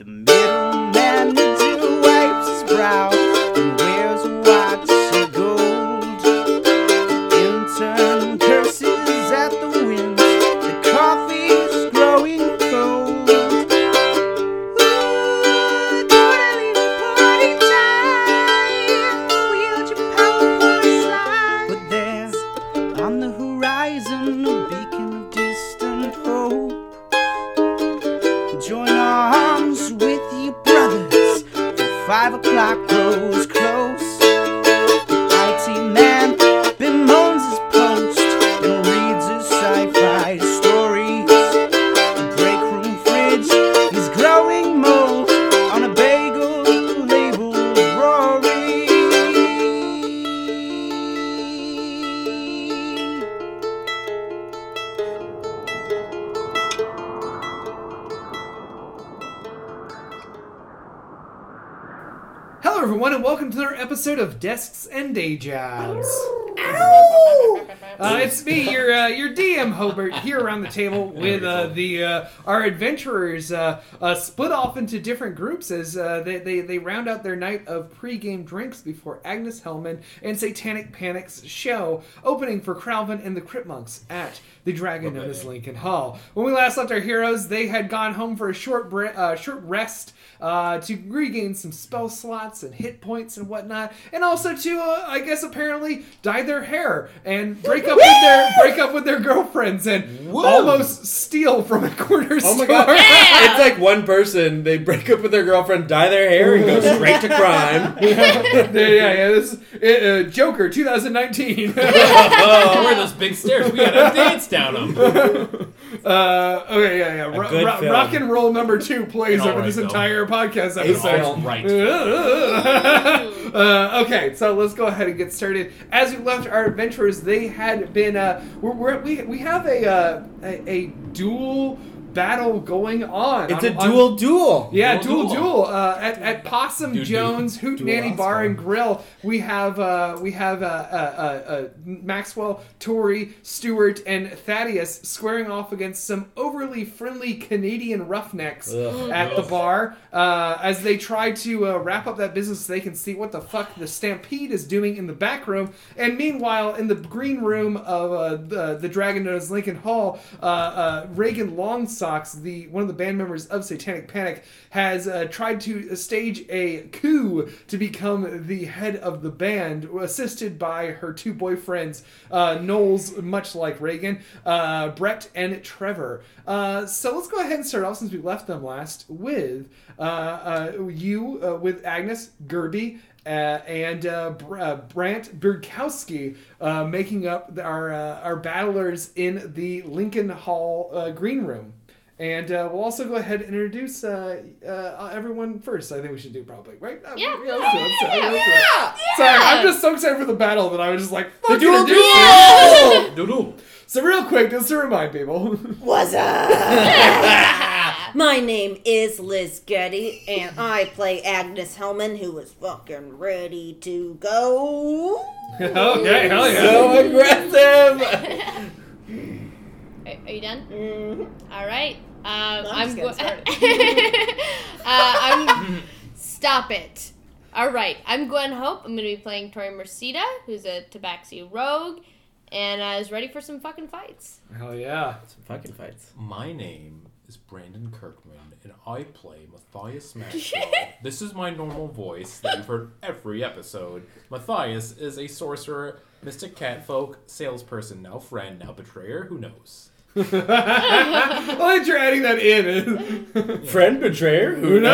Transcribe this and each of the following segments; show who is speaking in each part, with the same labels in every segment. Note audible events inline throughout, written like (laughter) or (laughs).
Speaker 1: The middleman needs to wipe his brow and wears a watch of gold. Intern curses at the wind. The coffee's growing cold. Ooh, totally party time. Wield your powerful slide. But there, on the horizon, a beacon of distant hope. Join arms with your brothers. The five o'clock grows close. The IT man bemoans his post and reads his sci-fi stories. The break room fridge is growing mold on a bagel labeled Rory.
Speaker 2: Hello, everyone, and welcome to another episode of Desks and Day Jobs. Uh, it's me, your uh, your DM Hobart, here around the table with uh, the uh, our adventurers uh, uh, split off into different groups as uh, they, they they round out their night of pre-game drinks before Agnes Hellman and Satanic Panic's show opening for Cralvin and the Crypt Monks at the Dragon known as Lincoln Hall. When we last left our heroes, they had gone home for a short bre- uh, short rest uh, to regain some spell slots and hit points and whatnot, and also to, uh, I guess, apparently dye their hair and break up with their break up with their girlfriends and almost steal from a corner store.
Speaker 3: (laughs) Oh my god! It's like one person. They break up with their girlfriend, dye their hair, and go straight to crime.
Speaker 2: (laughs) yeah, yeah, yeah. This is, uh, uh, Joker
Speaker 3: (laughs)
Speaker 2: 2019.
Speaker 4: Oh, where are those big stairs? We gotta dance down them.
Speaker 2: uh, okay, yeah, yeah. Ro-
Speaker 3: good
Speaker 2: ro-
Speaker 3: film.
Speaker 2: rock and roll number two plays
Speaker 4: An
Speaker 2: over
Speaker 4: alright
Speaker 2: this
Speaker 4: film.
Speaker 2: entire podcast
Speaker 3: film.
Speaker 2: episode.
Speaker 4: All right.
Speaker 2: (laughs) uh, okay, so let's go ahead and get started. As we left our adventurers, they had been. Uh, we're, we're, we we have a, uh, a a dual battle going on.
Speaker 3: (laughs) It's
Speaker 2: On-
Speaker 3: a
Speaker 2: on-
Speaker 3: dual duel.
Speaker 2: yeah, dual
Speaker 4: Dual
Speaker 2: duel.
Speaker 4: duel.
Speaker 2: Uh, at, at Possum
Speaker 4: Dude, dude.
Speaker 2: Jones Hoot
Speaker 3: Dual
Speaker 2: Nanny
Speaker 3: Oscar.
Speaker 2: Bar and Grill, we have uh, we have uh, uh, uh, uh, Maxwell, Tory, Stewart, and Thaddeus squaring off against some overly friendly Canadian roughnecks
Speaker 3: Ugh.
Speaker 2: at the
Speaker 4: Ugh.
Speaker 2: bar uh, as they try to uh, wrap up that business. so They can see what the fuck the Stampede is doing in the back room, and meanwhile, in the green room of uh, the, the Dragon known as Lincoln Hall, uh, uh, Reagan Longsocks, the one of the band members of Satanic Panic, has uh, tried to stage a coup to become the head of the band, assisted by her two boyfriends, uh, Knowles, much like Reagan, uh, Brett, and Trevor. Uh, so let's go ahead and start off since we left them last with uh, uh, you, uh, with Agnes, Gerby, uh, and uh, Br- uh, Brant Burkowski uh, making up our uh, our battlers in the Lincoln Hall uh, green room. And uh, we'll also go ahead and introduce uh, uh, everyone first. I think we should do probably right. Uh,
Speaker 5: Yeah.
Speaker 2: let's do it, let's do it,
Speaker 5: Yeah,
Speaker 2: let's do it. Sorry, I'm just so excited for the battle that I was just like, "Fuck
Speaker 3: The dual
Speaker 2: it, dude."
Speaker 3: duel.
Speaker 4: Doodle.
Speaker 2: So real quick, just to remind
Speaker 3: (laughs)
Speaker 2: people,
Speaker 6: What's up? My name is Liz Getty, and I play Agnes Hellman, who is fucking ready to go.
Speaker 2: okay, hell
Speaker 3: Oh, So aggressive.
Speaker 5: Are, are you done?
Speaker 6: Mhm.
Speaker 5: All right. Um, I'm
Speaker 6: I'm just
Speaker 5: going.
Speaker 6: getting
Speaker 2: (laughs)
Speaker 5: (laughs) uh, I'm. Stop it. All right. I'm Gwen Hope. I'm going to be playing Tori Mercida, who's a Tabaxi rogue, and uh, is ready for some fucking fights.
Speaker 2: hell yeah.
Speaker 3: Some fucking fights.
Speaker 4: My name is Brandon Kirkman, and I play Matthias Maxwell. this is my normal voice that you've heard every episode. Matthias is a sorcerer, mystic catfolk, salesperson, now friend, now betrayer. Who knows?
Speaker 2: (laughs) I like you're adding that in.
Speaker 3: Friend betrayer. Who
Speaker 4: (laughs)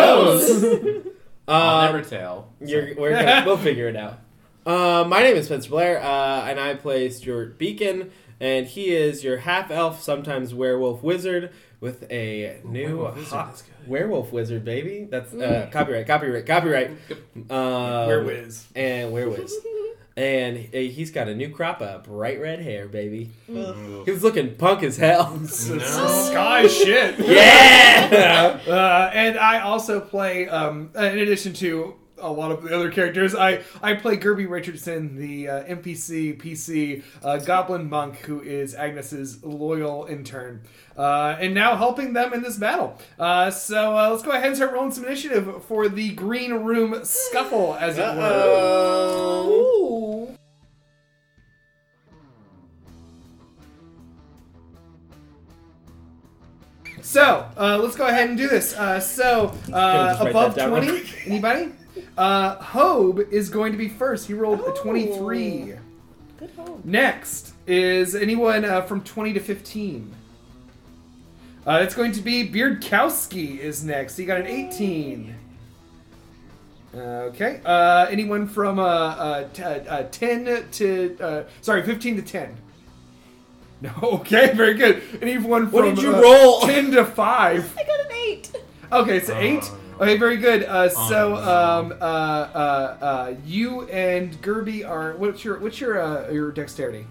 Speaker 4: I'll
Speaker 3: Uh,
Speaker 4: never tell.
Speaker 3: you're, we're
Speaker 4: (laughs)
Speaker 3: gonna, we'll figure it out. Uh, my name is Spencer Blair, uh, and I play Stuart Beacon, and he is your half elf, sometimes werewolf wizard, with a new
Speaker 4: werewolf wizard,
Speaker 3: hot
Speaker 4: that's good. Mm.
Speaker 3: werewolf wizard baby. That's uh, copyright, copyright, copyright. Um,
Speaker 2: Wherewiz.
Speaker 3: and
Speaker 6: (laughs)
Speaker 3: werewiz. and uh, he's got a new crop up, bright red hair, baby.
Speaker 4: Ugh.
Speaker 3: He was looking punk
Speaker 2: (laughs)
Speaker 3: as hell. (laughs)
Speaker 4: No.
Speaker 2: Sky shit.
Speaker 3: yeah.
Speaker 2: Uh, and I also play, um, uh, in addition to a lot of the other characters. I, I play Gerby Richardson, the uh, NPC, PC, uh, Goblin Monk, who is Agnes's loyal intern, uh, and now helping them in this battle. Uh, so uh, let's go ahead and start rolling some initiative for the Green Room Scuffle, as it were.
Speaker 3: Oh.
Speaker 2: So uh, let's go ahead and do this. Uh, so uh,
Speaker 3: just write
Speaker 2: above
Speaker 3: that down real
Speaker 2: 20, anybody? Uh, Hobe is going to be first. He rolled a 23.
Speaker 6: Good home.
Speaker 2: Next is anyone uh, from 20 to 15. Uh, it's going to be Beardkowski is next. He got an 18. Okay. Uh, anyone from uh, uh, t- uh, uh, 10 to uh, sorry, 15 to 10. No. (laughs) Okay. Very good. Anyone from
Speaker 3: What did you
Speaker 2: uh,
Speaker 3: roll?
Speaker 2: 10 to
Speaker 3: (laughs)
Speaker 2: 5.
Speaker 6: I got an eight.
Speaker 2: Okay, so eight.
Speaker 4: Um,
Speaker 2: Okay, very good. Uh, so,
Speaker 4: um,
Speaker 2: um, uh, uh, uh, you and Gerby are. What's your what's your uh, your dexterity?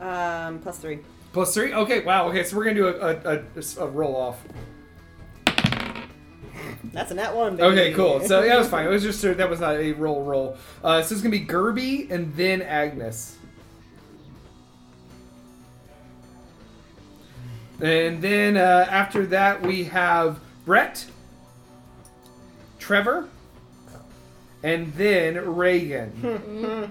Speaker 6: Um, plus three.
Speaker 2: Plus three. Okay, wow. Okay, so we're gonna do a a, a, a roll off.
Speaker 6: That's a net one. Baby.
Speaker 2: Okay, cool. So yeah, it was fine. It was just a, that was not a roll roll. Uh, so it's gonna be Gerby and then Agnes. And then uh, after that we have Brett, Trevor, and then Reagan.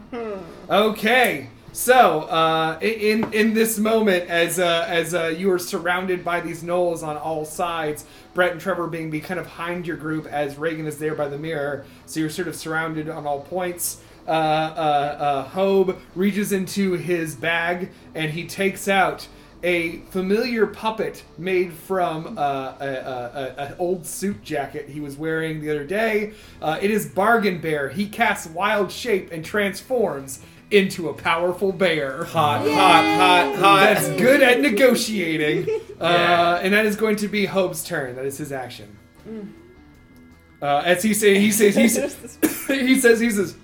Speaker 2: okay. So, uh, i- in in this moment, as uh, as uh, you are surrounded by these knolls on all sides, Brett and Trevor being be kind of behind your group, as Reagan is there by the mirror, so you're sort of surrounded on all points. Uh, uh, uh, Hobe reaches into his bag and he takes out a familiar puppet made from uh, a, a, a, a old suit jacket he was wearing the other day. Uh, it is Bargain Bear. He casts wild shape and transforms into a powerful bear.
Speaker 3: Hot, hot, hot,
Speaker 2: That's
Speaker 3: hot.
Speaker 2: good at (laughs) negotiating.
Speaker 4: Yeah.
Speaker 2: Uh, and that is going to be Hope's turn. That is his action. Uh, as he say, he says, (laughs) he says, he says, he says,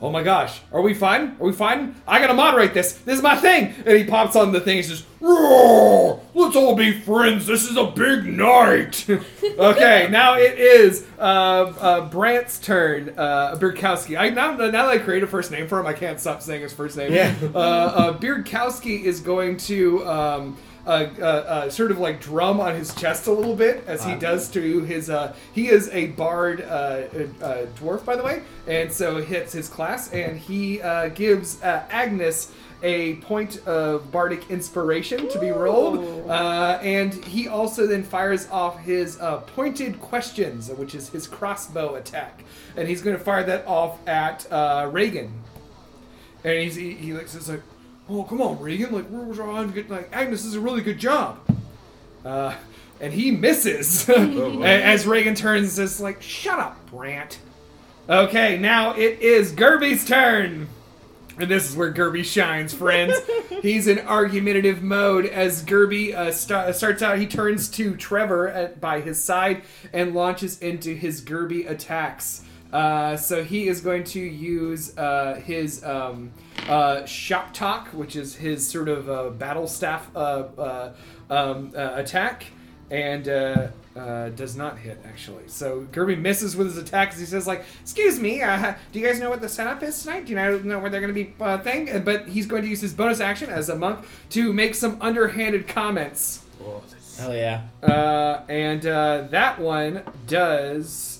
Speaker 2: "Oh my gosh, are we fine? Are we fine? I gotta moderate this. This is my thing." And he pops on the thing. He says, "Roar! Let's all be friends. This is a big night." okay, now it is uh, uh, Brant's turn. Uh, Birkowski. I now, now that I create a first name for him, I can't stop saying his first name.
Speaker 3: Yeah.
Speaker 2: Uh, uh, Beardkowski is going to. Um, uh, uh, uh, sort of like drum on his chest a little bit as he does to his. Uh, he is a bard uh, uh, uh, dwarf, by the way, and so hits his class, and he uh, gives uh, Agnes a point of bardic inspiration to be rolled, uh, and he also then fires off his uh, pointed questions, which is his crossbow attack, and he's going to fire that off at uh, Reagan. And he's, he, he looks it's like, oh, come on, Regan. Like, we're trying to get, like, Agnes is a really good job. Uh, and he misses. (laughs) A- As Reagan turns, and says, like, shut up, Brant. Okay, now it is Gerby's turn. And this is where Gerby shines, friends. He's in argumentative mode as Gerby uh, sta- starts out. He turns to Trevor at, by his side and launches into his Gerby attacks. Uh, so he is going to use uh, his um, uh, shop talk, which is his sort of uh, battle staff uh, uh, um, uh, attack, and uh, uh, does not hit actually. So Gerby misses with his attack as he says, "Like, excuse me, uh, do you guys know what the setup is tonight? Do you know, know where they're going to be uh, thing?" Uh, But he's going to use his bonus action as a monk to make some underhanded comments,
Speaker 4: Oh, that's-
Speaker 3: Hell yeah.
Speaker 2: uh, and uh, that one does.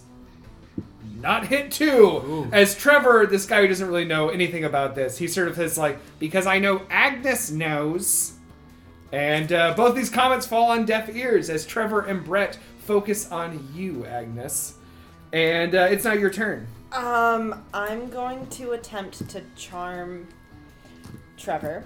Speaker 2: Not hit two. As Trevor, this guy who doesn't really know anything about this, he sort of is like, because I know Agnes knows. And uh, both these comments fall on deaf ears as Trevor and Brett focus on you, Agnes. And uh, it's now your turn.
Speaker 6: Um, I'm going to attempt to charm Trevor.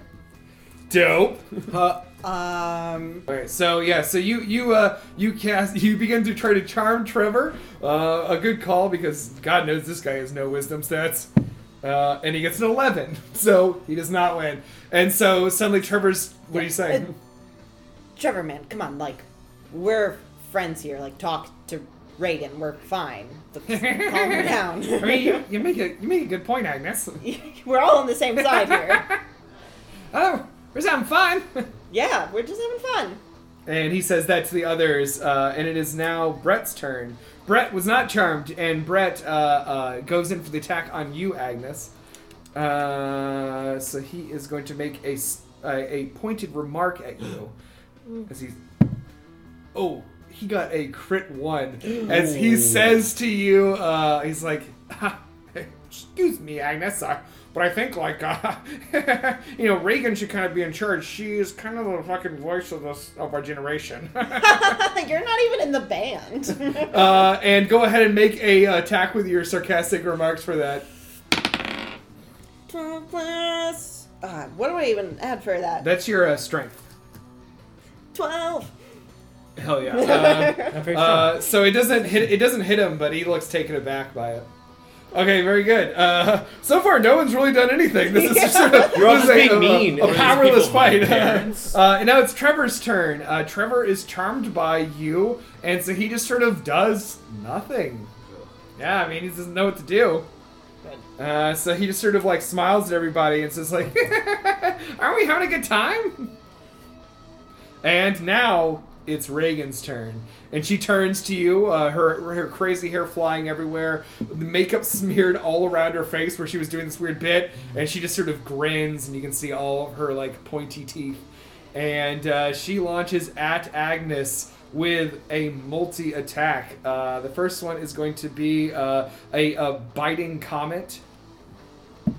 Speaker 2: Dope. Uh,
Speaker 6: Um,
Speaker 2: All right, so yeah, so you you uh you cast (laughs) you begin to try to charm Trevor. Uh, a good call because God knows this guy has no wisdom stats. Uh, and he gets an 11, (laughs) so he does not win. And so suddenly Trevor's, what do you say?
Speaker 6: uh, Trevor, man, come on, like, we're friends here. Like, talk to Reagan. We're fine.
Speaker 2: (laughs)
Speaker 6: Calm her
Speaker 2: (laughs) I
Speaker 6: down.
Speaker 2: mean, you, you make a you make a good point, Agnes.
Speaker 6: (laughs) we're all on the same side here.
Speaker 2: (laughs) Oh, we're having fun. (laughs)
Speaker 6: Yeah, we're just having fun.
Speaker 2: And he says that to the others, uh, and it is now Brett's turn. Brett was not charmed, and Brett uh, uh, goes in for the attack on you, Agnes. Uh, so he is going to make a, s- a- a pointed remark at you. As he's. Oh, he got a crit one. As he says to you, uh, he's like, "Ha, Excuse me, Agnes, uh, but I think, like, uh, (laughs) you know, Reagan should kind of be in charge. She's kind of the fucking voice of, this, of our generation. (laughs)
Speaker 6: (laughs) You're not even in the band.
Speaker 2: Uh, and go ahead and make a uh, attack with your sarcastic remarks for that.
Speaker 6: (laughs) Twelve plus. Uh, what do I even add for that?
Speaker 2: That's your uh, strength.
Speaker 6: Twelve.
Speaker 2: Hell yeah.
Speaker 3: Not
Speaker 2: Uh,
Speaker 3: very strong.
Speaker 2: uh, so it doesn't hit. It doesn't hit him, but he looks taken aback by it. Okay, very good. Uh, (laughs) so far, no one's really done anything. This
Speaker 3: (laughs)
Speaker 2: is just sort of,
Speaker 3: You're all
Speaker 2: this
Speaker 3: just
Speaker 2: is a-
Speaker 3: being
Speaker 2: a,
Speaker 3: mean.
Speaker 2: A,
Speaker 3: We're just
Speaker 2: powerless
Speaker 4: people,
Speaker 2: fight.
Speaker 4: my
Speaker 2: (laughs)
Speaker 4: parents.
Speaker 2: uh, and now it's Trevor's turn. Uh, Trevor is charmed by you, and so he just sort of does nothing. Yeah, I mean, he doesn't know what to do. Uh, so he just sort of like smiles at everybody and says like, (laughs) "Aren't we having a good time?" And now it's Reagan's turn, and she turns to you, uh, her her crazy hair flying everywhere, the makeup (laughs) smeared all around her face where she was doing this weird bit, and she just sort of grins, and you can see all of her like pointy teeth, and uh, she launches at Agnes. With a multi attack. Uh, the first one is going to be uh, a, a biting comment.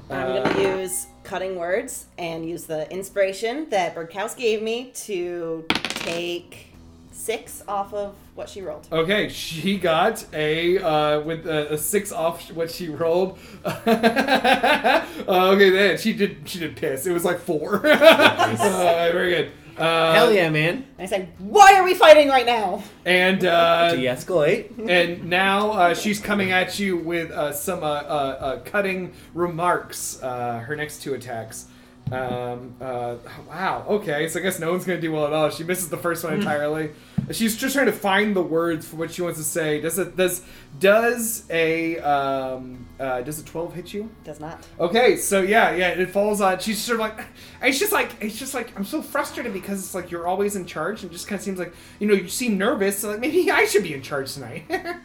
Speaker 2: Uh,
Speaker 6: I'm gonna use cutting words and use the inspiration that Birdhouse gave me to take six off of what she rolled.
Speaker 2: Okay, she got a uh, with a, a six off what she rolled. (laughs) uh, okay, then she did. She did piss. It was like four. (laughs) uh, very good. Uh,
Speaker 3: Hell yeah, man.
Speaker 6: And I said, "Why are we fighting right now?"
Speaker 2: And uh,
Speaker 3: De-escalate.
Speaker 2: and now uh, she's coming at you with uh, some uh, uh, uh, cutting remarks. Uh, her next two attacks. Um, uh, wow. Okay. So I guess no one's gonna do well at all. She misses the first one entirely. She's just trying to find the words for what she wants to say. Does it does does a um, uh, does a twelve hit you?
Speaker 6: Does not.
Speaker 2: Okay, so yeah, yeah, it falls on. She's sort of like, (sighs) it's just like, it's just like, I'm so frustrated because it's like you're always in charge, and it just kind of seems like, you know, you seem nervous. So like maybe I should be in charge tonight. (laughs)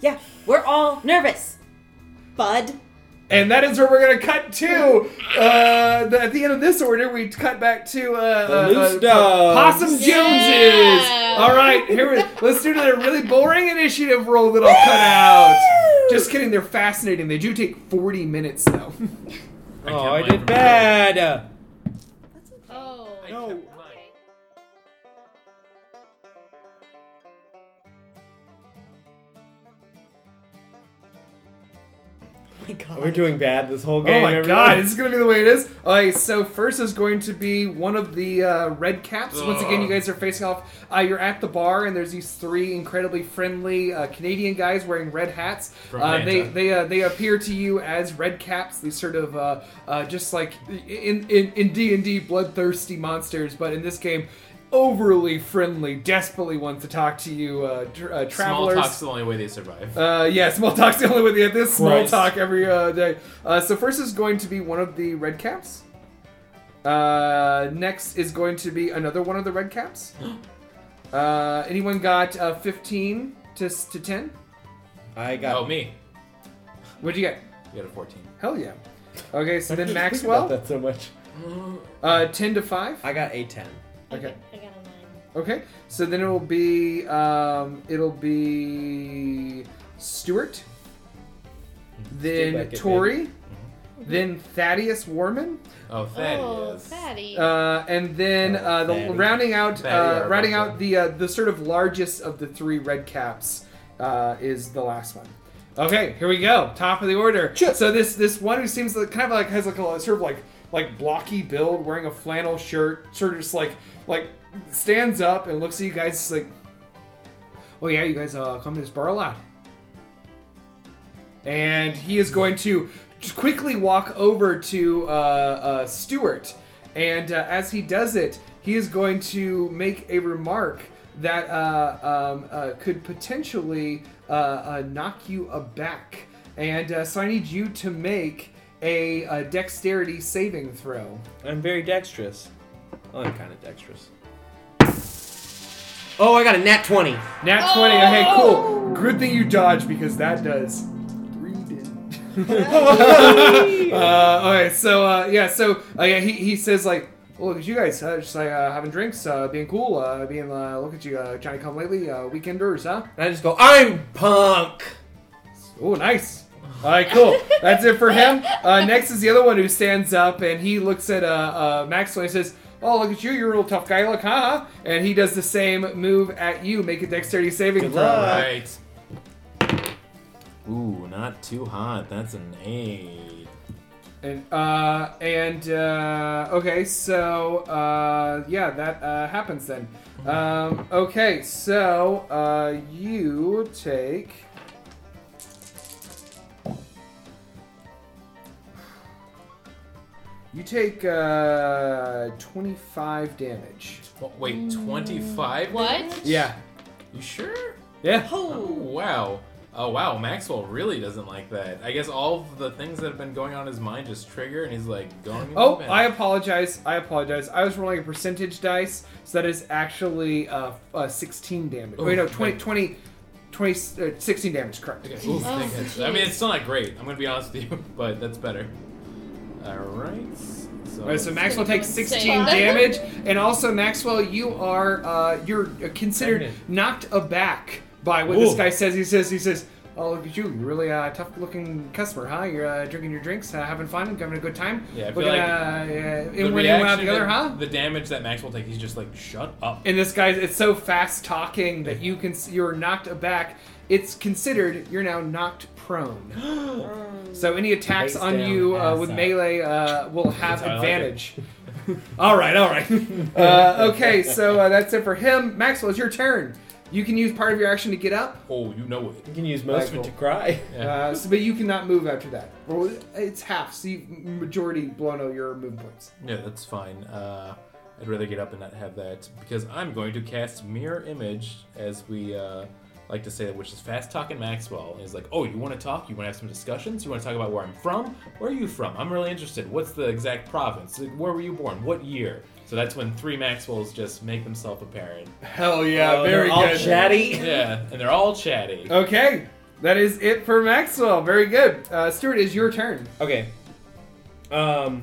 Speaker 6: Yeah, we're all nervous. Bud.
Speaker 2: and that is where we're gonna cut to. Uh, the, at the end of this order, we cut back to uh, uh,
Speaker 3: Loose
Speaker 2: uh,
Speaker 3: Dogs.
Speaker 2: Possum Joneses.
Speaker 5: Yeah.
Speaker 2: All right, here we, let's do the really boring initiative roll that I'll cut out. Just kidding, they're fascinating. They do take 40 minutes though. (laughs)
Speaker 4: can't
Speaker 3: Oh, I
Speaker 4: blame
Speaker 3: did
Speaker 4: him.
Speaker 3: bad.
Speaker 5: Oh.
Speaker 4: I kept mine.
Speaker 6: Oh my god.
Speaker 3: We're doing bad this whole game.
Speaker 2: Oh my
Speaker 3: everyone.
Speaker 2: god, this is gonna be the way it is. Okay, so first is going to be one of the uh, red caps. Once again, you guys are facing off. Uh, you're at the bar, and there's these three incredibly friendly uh, Canadian guys wearing red hats.
Speaker 4: From
Speaker 2: Uh, they
Speaker 4: Manta.
Speaker 2: they uh, they appear to you as red caps. These sort of uh, uh, just like in in in D and D bloodthirsty monsters, but in this game. Overly friendly, desperately wants to talk to you, uh, tr- uh,
Speaker 4: Small
Speaker 2: travelers.
Speaker 4: talk's the only way they survive.
Speaker 2: Uh, yeah, small talk's the only way to get this small
Speaker 3: Christ.
Speaker 2: talk every uh, day. Uh, so first is going to be one of the red caps. Uh, next is going to be another one of the red
Speaker 3: (gasps)
Speaker 2: caps. Uh, anyone got uh, 15 to s- to 10?
Speaker 3: I (laughs) got.
Speaker 4: oh, me.
Speaker 2: What'd you get?
Speaker 4: You got a 14.
Speaker 2: Hell yeah. Okay, so
Speaker 3: I didn't
Speaker 2: then
Speaker 3: think
Speaker 2: Maxwell,
Speaker 3: about that so much.
Speaker 2: uh, 10 to 5.
Speaker 3: I got a ten.
Speaker 2: Okay.
Speaker 5: I got a nine.
Speaker 2: Okay, so then it'll be um, it'll be Stewart, then
Speaker 3: Mm-hmm. Beckett,
Speaker 2: Tori,
Speaker 3: Mm-hmm.
Speaker 2: then Thaddeus Warman.
Speaker 4: Oh,
Speaker 5: Oh,
Speaker 4: Thaddeus.
Speaker 5: fatty.
Speaker 2: Uh, and then
Speaker 3: Oh,
Speaker 2: uh, the
Speaker 3: fatty.
Speaker 2: rounding out
Speaker 4: Fatty
Speaker 2: uh,
Speaker 4: Arbuckle.
Speaker 2: rounding out the uh, the sort of largest of the three red caps uh, is the last one. Okay, here we go. Top of the order. So this this one who seems like, kind of like has like a sort of like like blocky build, wearing a flannel shirt, sort of just like like stands up and looks at you guys like, oh yeah, you guys uh, come to this bar a lot. And he is going to quickly walk over to uh, uh, Stuart. And uh, as he does it, he is going to make a remark that uh, um, uh, could potentially uh, uh, knock you aback. And uh, so I need you to make a, a dexterity saving throw.
Speaker 3: I'm very dexterous. Well, I'm kind of dexterous. Oh, I got a nat 20.
Speaker 2: Nat 20. Okay, cool. Good thing you dodged because that does. three damage. (laughs) uh, all right, so uh, yeah, so uh, yeah, he, he says like, well, look at you guys, uh, just like uh, having drinks, uh, being cool, uh, being uh, look at you, uh, trying to come lately, uh, weekenders, huh?
Speaker 3: And I just go, I'm punk.
Speaker 2: Oh, nice. All right, cool. That's it for him. Uh, next is the other one who stands up and he looks at uh, uh, Maxwell and says, "Oh, look at you! You're a real tough guy, look, huh?" And he does the same move at you. Make a dexterity saving
Speaker 3: Good
Speaker 2: throw.
Speaker 3: luck.
Speaker 4: Alright. Ooh, not too hot. That's an eight.
Speaker 2: And uh, and uh, okay, so uh, yeah, that uh, happens then. Um, okay, so uh, you take. You take uh, 25 damage.
Speaker 4: Tw- wait, 25?
Speaker 5: Mm. What?
Speaker 2: Yeah.
Speaker 4: You sure?
Speaker 2: Yeah.
Speaker 4: Oh, wow. Oh, wow. Maxwell really doesn't like that. I guess all of the things that have been going on in his mind just trigger, and he's like going. in
Speaker 2: Oh,
Speaker 4: the bin.
Speaker 2: I apologize. I apologize. I was rolling a percentage dice, so that is actually uh, uh, 16 damage.
Speaker 4: Oh,
Speaker 2: Wait, no,
Speaker 4: wait.
Speaker 2: 20, 20, 20 uh, 16 damage, correct.
Speaker 4: Okay, ooh,
Speaker 5: Oh,
Speaker 4: thank goodness. I mean,
Speaker 5: geez.
Speaker 4: it's still not great. I'm gonna be honest with you, (laughs) but that's better. All right. So,
Speaker 2: All right, so Maxwell
Speaker 5: gonna
Speaker 2: takes
Speaker 5: go
Speaker 2: 16
Speaker 5: insane.
Speaker 2: damage, and also Maxwell, you are uh, you're considered
Speaker 3: Pregnant.
Speaker 2: knocked aback by what this
Speaker 3: Ooh.
Speaker 2: guy says. He says he says, "Oh look at you, you're really uh, tough looking customer, huh? You're uh, drinking your drinks, uh, having fun, having a good time.
Speaker 4: Yeah, I feel
Speaker 2: looking,
Speaker 4: like
Speaker 2: uh, yeah,
Speaker 4: the
Speaker 2: in one ear, out
Speaker 4: reaction
Speaker 2: the other,
Speaker 4: that-
Speaker 2: huh?"
Speaker 4: The damage that Maxwell takes, he's just like, shut up.
Speaker 2: And this guy, it's so fast talking that you can you're knocked aback. It's considered you're now knocked prone. So any attacks
Speaker 3: Face
Speaker 2: on
Speaker 3: down,
Speaker 2: you uh,
Speaker 3: ass
Speaker 2: with
Speaker 3: out.
Speaker 2: melee uh,
Speaker 3: (laughs)
Speaker 2: will have
Speaker 4: how I like it.
Speaker 2: advantage. (laughs) all right, all right. (laughs) Uh, okay, so uh, that's it for him. Maxwell, it's your turn. You can use part of your action to get up,
Speaker 4: Oh, you know it.
Speaker 3: You can use most of it to cry. (laughs)
Speaker 4: Yeah.
Speaker 2: uh, so, but you cannot move after that. Well, it's half, so you, majority blown out your move points.
Speaker 4: Yeah, that's fine. Uh, I'd rather get up and not have that because I'm going to cast Mirror Image, as we uh, like to say, which is fast talking Maxwell. And he's like, "Oh, you want to talk? You want to have some discussions? You want to talk about where I'm from? Where are you from? I'm really interested. What's the exact province? Like, Where were you born? What year?" So that's when three Maxwells just make themselves apparent.
Speaker 2: Hell yeah,
Speaker 3: Oh, they're all chatty.
Speaker 4: yeah, and they're all chatty.
Speaker 2: Okay, that is it for Maxwell. Very good. Uh, Stuart, it's your turn.
Speaker 3: Okay. Um,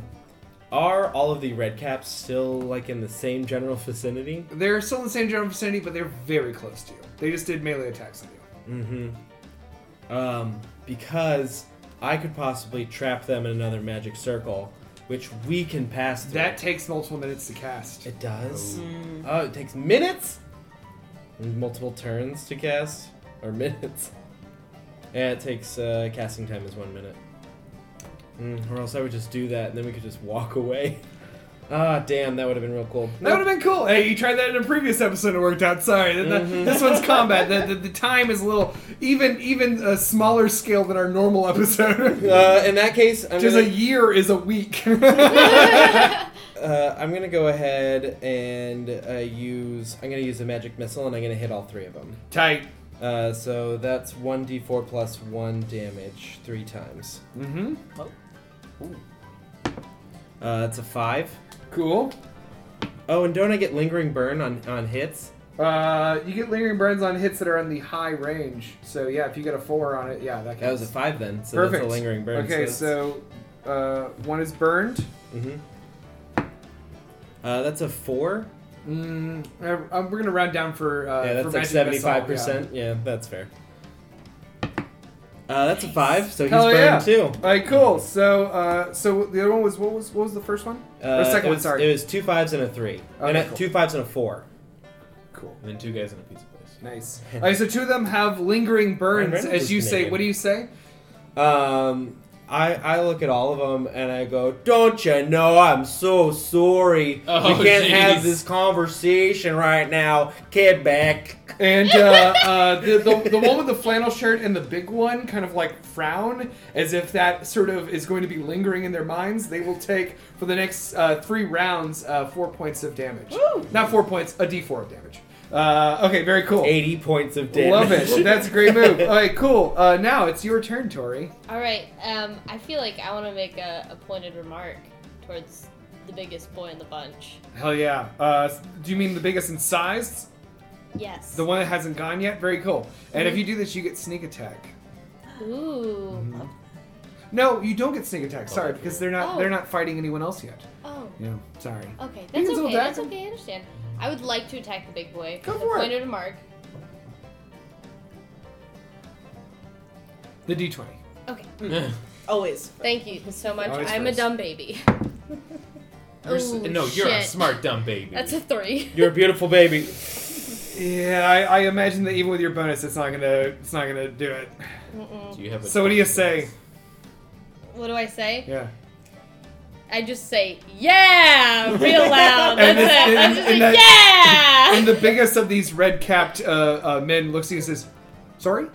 Speaker 3: are all of the red caps still like in the same general vicinity?
Speaker 2: They're still in the same general vicinity, but they're very close to you. They just did melee attacks on you.
Speaker 3: Mm-hmm. Um, because I could possibly trap them in another magic circle, which we can pass through.
Speaker 2: That takes multiple minutes to cast.
Speaker 3: it does. Oh, it takes minutes, And multiple turns to cast, or (laughs) minutes. Yeah, it takes uh, casting time is one minute. Mm, or else I would just do that, and then we could just walk (laughs) away. Ah, damn, that would have been real cool.
Speaker 2: That would have been cool. Hey, you tried that in a previous episode and it worked out. Sorry, The- the-
Speaker 3: Mm-hmm.
Speaker 2: this one's
Speaker 3: (laughs)
Speaker 2: combat. The, the, the time is a little even even a smaller scale than our normal
Speaker 3: (laughs)
Speaker 2: episode.
Speaker 3: Uh, in that case, I'm
Speaker 2: Just
Speaker 3: gonna,
Speaker 2: a year is a week. (laughs)
Speaker 3: uh, I'm gonna go ahead and uh, use. I'm gonna use a magic missile, and I'm gonna hit all three of them.
Speaker 2: Tight.
Speaker 3: Uh, so that's one d4 plus one damage three times.
Speaker 2: Mm-hmm.
Speaker 3: Uh, that's a five.
Speaker 2: Cool.
Speaker 3: Oh, and don't I get lingering burn on on hits?
Speaker 2: Uh, you get lingering burns on hits that are in the high range. So yeah, if you get a four on it, yeah, that
Speaker 3: That was
Speaker 2: counts.
Speaker 3: a five then. So
Speaker 2: Perfect.
Speaker 3: that's a lingering burn.
Speaker 2: Okay, so uh, one is burned.
Speaker 3: hmm Uh, that's a four.
Speaker 2: Mm, uh, um, we're gonna round down for uh, for
Speaker 3: yeah, that's like
Speaker 2: Magic Missile,
Speaker 3: seventy-five percent. Yeah, that's fair. Uh, that's a five, so he's
Speaker 2: Hell
Speaker 3: burned
Speaker 2: yeah.
Speaker 3: too.
Speaker 2: yeah. All right, cool. So, uh, so the other one was what was what was the first one?
Speaker 3: Uh,
Speaker 2: or second
Speaker 3: it
Speaker 2: one,
Speaker 3: was-
Speaker 2: sorry.
Speaker 3: It was two fives and a three.
Speaker 2: Okay,
Speaker 3: and a,
Speaker 2: cool.
Speaker 3: Two fives and a four.
Speaker 2: cool.
Speaker 4: And then two guys in a pizza place.
Speaker 2: Nice. All right, so two of them have lingering burns.
Speaker 3: Reynolds
Speaker 2: As
Speaker 3: was
Speaker 2: you say,
Speaker 3: Canadian.
Speaker 2: what do you say?
Speaker 3: Um, I, I look at all of them and I go, Don't you know? I'm so sorry.
Speaker 4: (laughs) Oh,
Speaker 3: we can't
Speaker 4: jeez.
Speaker 3: have this conversation right now. Kid back.
Speaker 2: And uh, uh, the, the the one with the flannel shirt and the big one kind of like frown as if that sort of is going to be lingering in their minds. They will take for the next uh, three rounds uh, four points of damage. Not four points, a D four of damage. Uh, okay, very cool.
Speaker 3: 80 points of damage.
Speaker 2: Love it. That's a great
Speaker 3: (laughs)
Speaker 2: move. All right, cool. Uh, now it's your turn, Tori.
Speaker 5: All right. Um, I feel like I want to make a, a pointed remark towards the biggest boy in the bunch.
Speaker 2: Hell yeah. Uh, do you mean the biggest in size?
Speaker 5: Yes.
Speaker 2: The one that hasn't gone yet? Very cool. And if you do this, you get sneak attack.
Speaker 5: Ooh.
Speaker 2: Mm-hmm. No, you don't get sneak attack. Sorry, because they're not
Speaker 5: Oh.
Speaker 2: they're not fighting anyone else yet.
Speaker 5: Oh.
Speaker 2: Yeah, sorry.
Speaker 5: Okay.
Speaker 2: can
Speaker 5: That's
Speaker 2: still
Speaker 5: okay.
Speaker 2: attack
Speaker 5: That's
Speaker 2: him.
Speaker 5: okay. I understand. I would like to attack the big boy.
Speaker 2: Go
Speaker 5: with
Speaker 2: for
Speaker 5: a
Speaker 2: it.
Speaker 5: Pointer to mark.
Speaker 2: The D twenty.
Speaker 5: Okay.
Speaker 2: Um,
Speaker 4: (laughs)
Speaker 6: Always.
Speaker 5: Thank you so much.
Speaker 2: Always
Speaker 5: I'm
Speaker 2: first.
Speaker 5: a
Speaker 2: (laughs)
Speaker 5: dumb baby.
Speaker 4: You're s-
Speaker 5: Ooh,
Speaker 4: no, you're a
Speaker 5: shit.
Speaker 4: smart dumb baby.
Speaker 5: (laughs) That's a three.
Speaker 3: You're a beautiful baby.
Speaker 2: Yeah, I, I imagine that even with your bonus, it's not gonna it's not gonna do it.
Speaker 5: Mm-mm.
Speaker 4: Do you have a
Speaker 2: So what do you say?
Speaker 5: What do I say?
Speaker 2: Yeah.
Speaker 5: I just say yeah,
Speaker 2: (laughs)
Speaker 5: real loud. That's
Speaker 2: And
Speaker 5: it.
Speaker 2: this-
Speaker 5: I
Speaker 2: and-
Speaker 5: just
Speaker 2: and
Speaker 5: say yeah.
Speaker 2: And the biggest of these red capped uh, uh, men looks at you and says, "Sorry,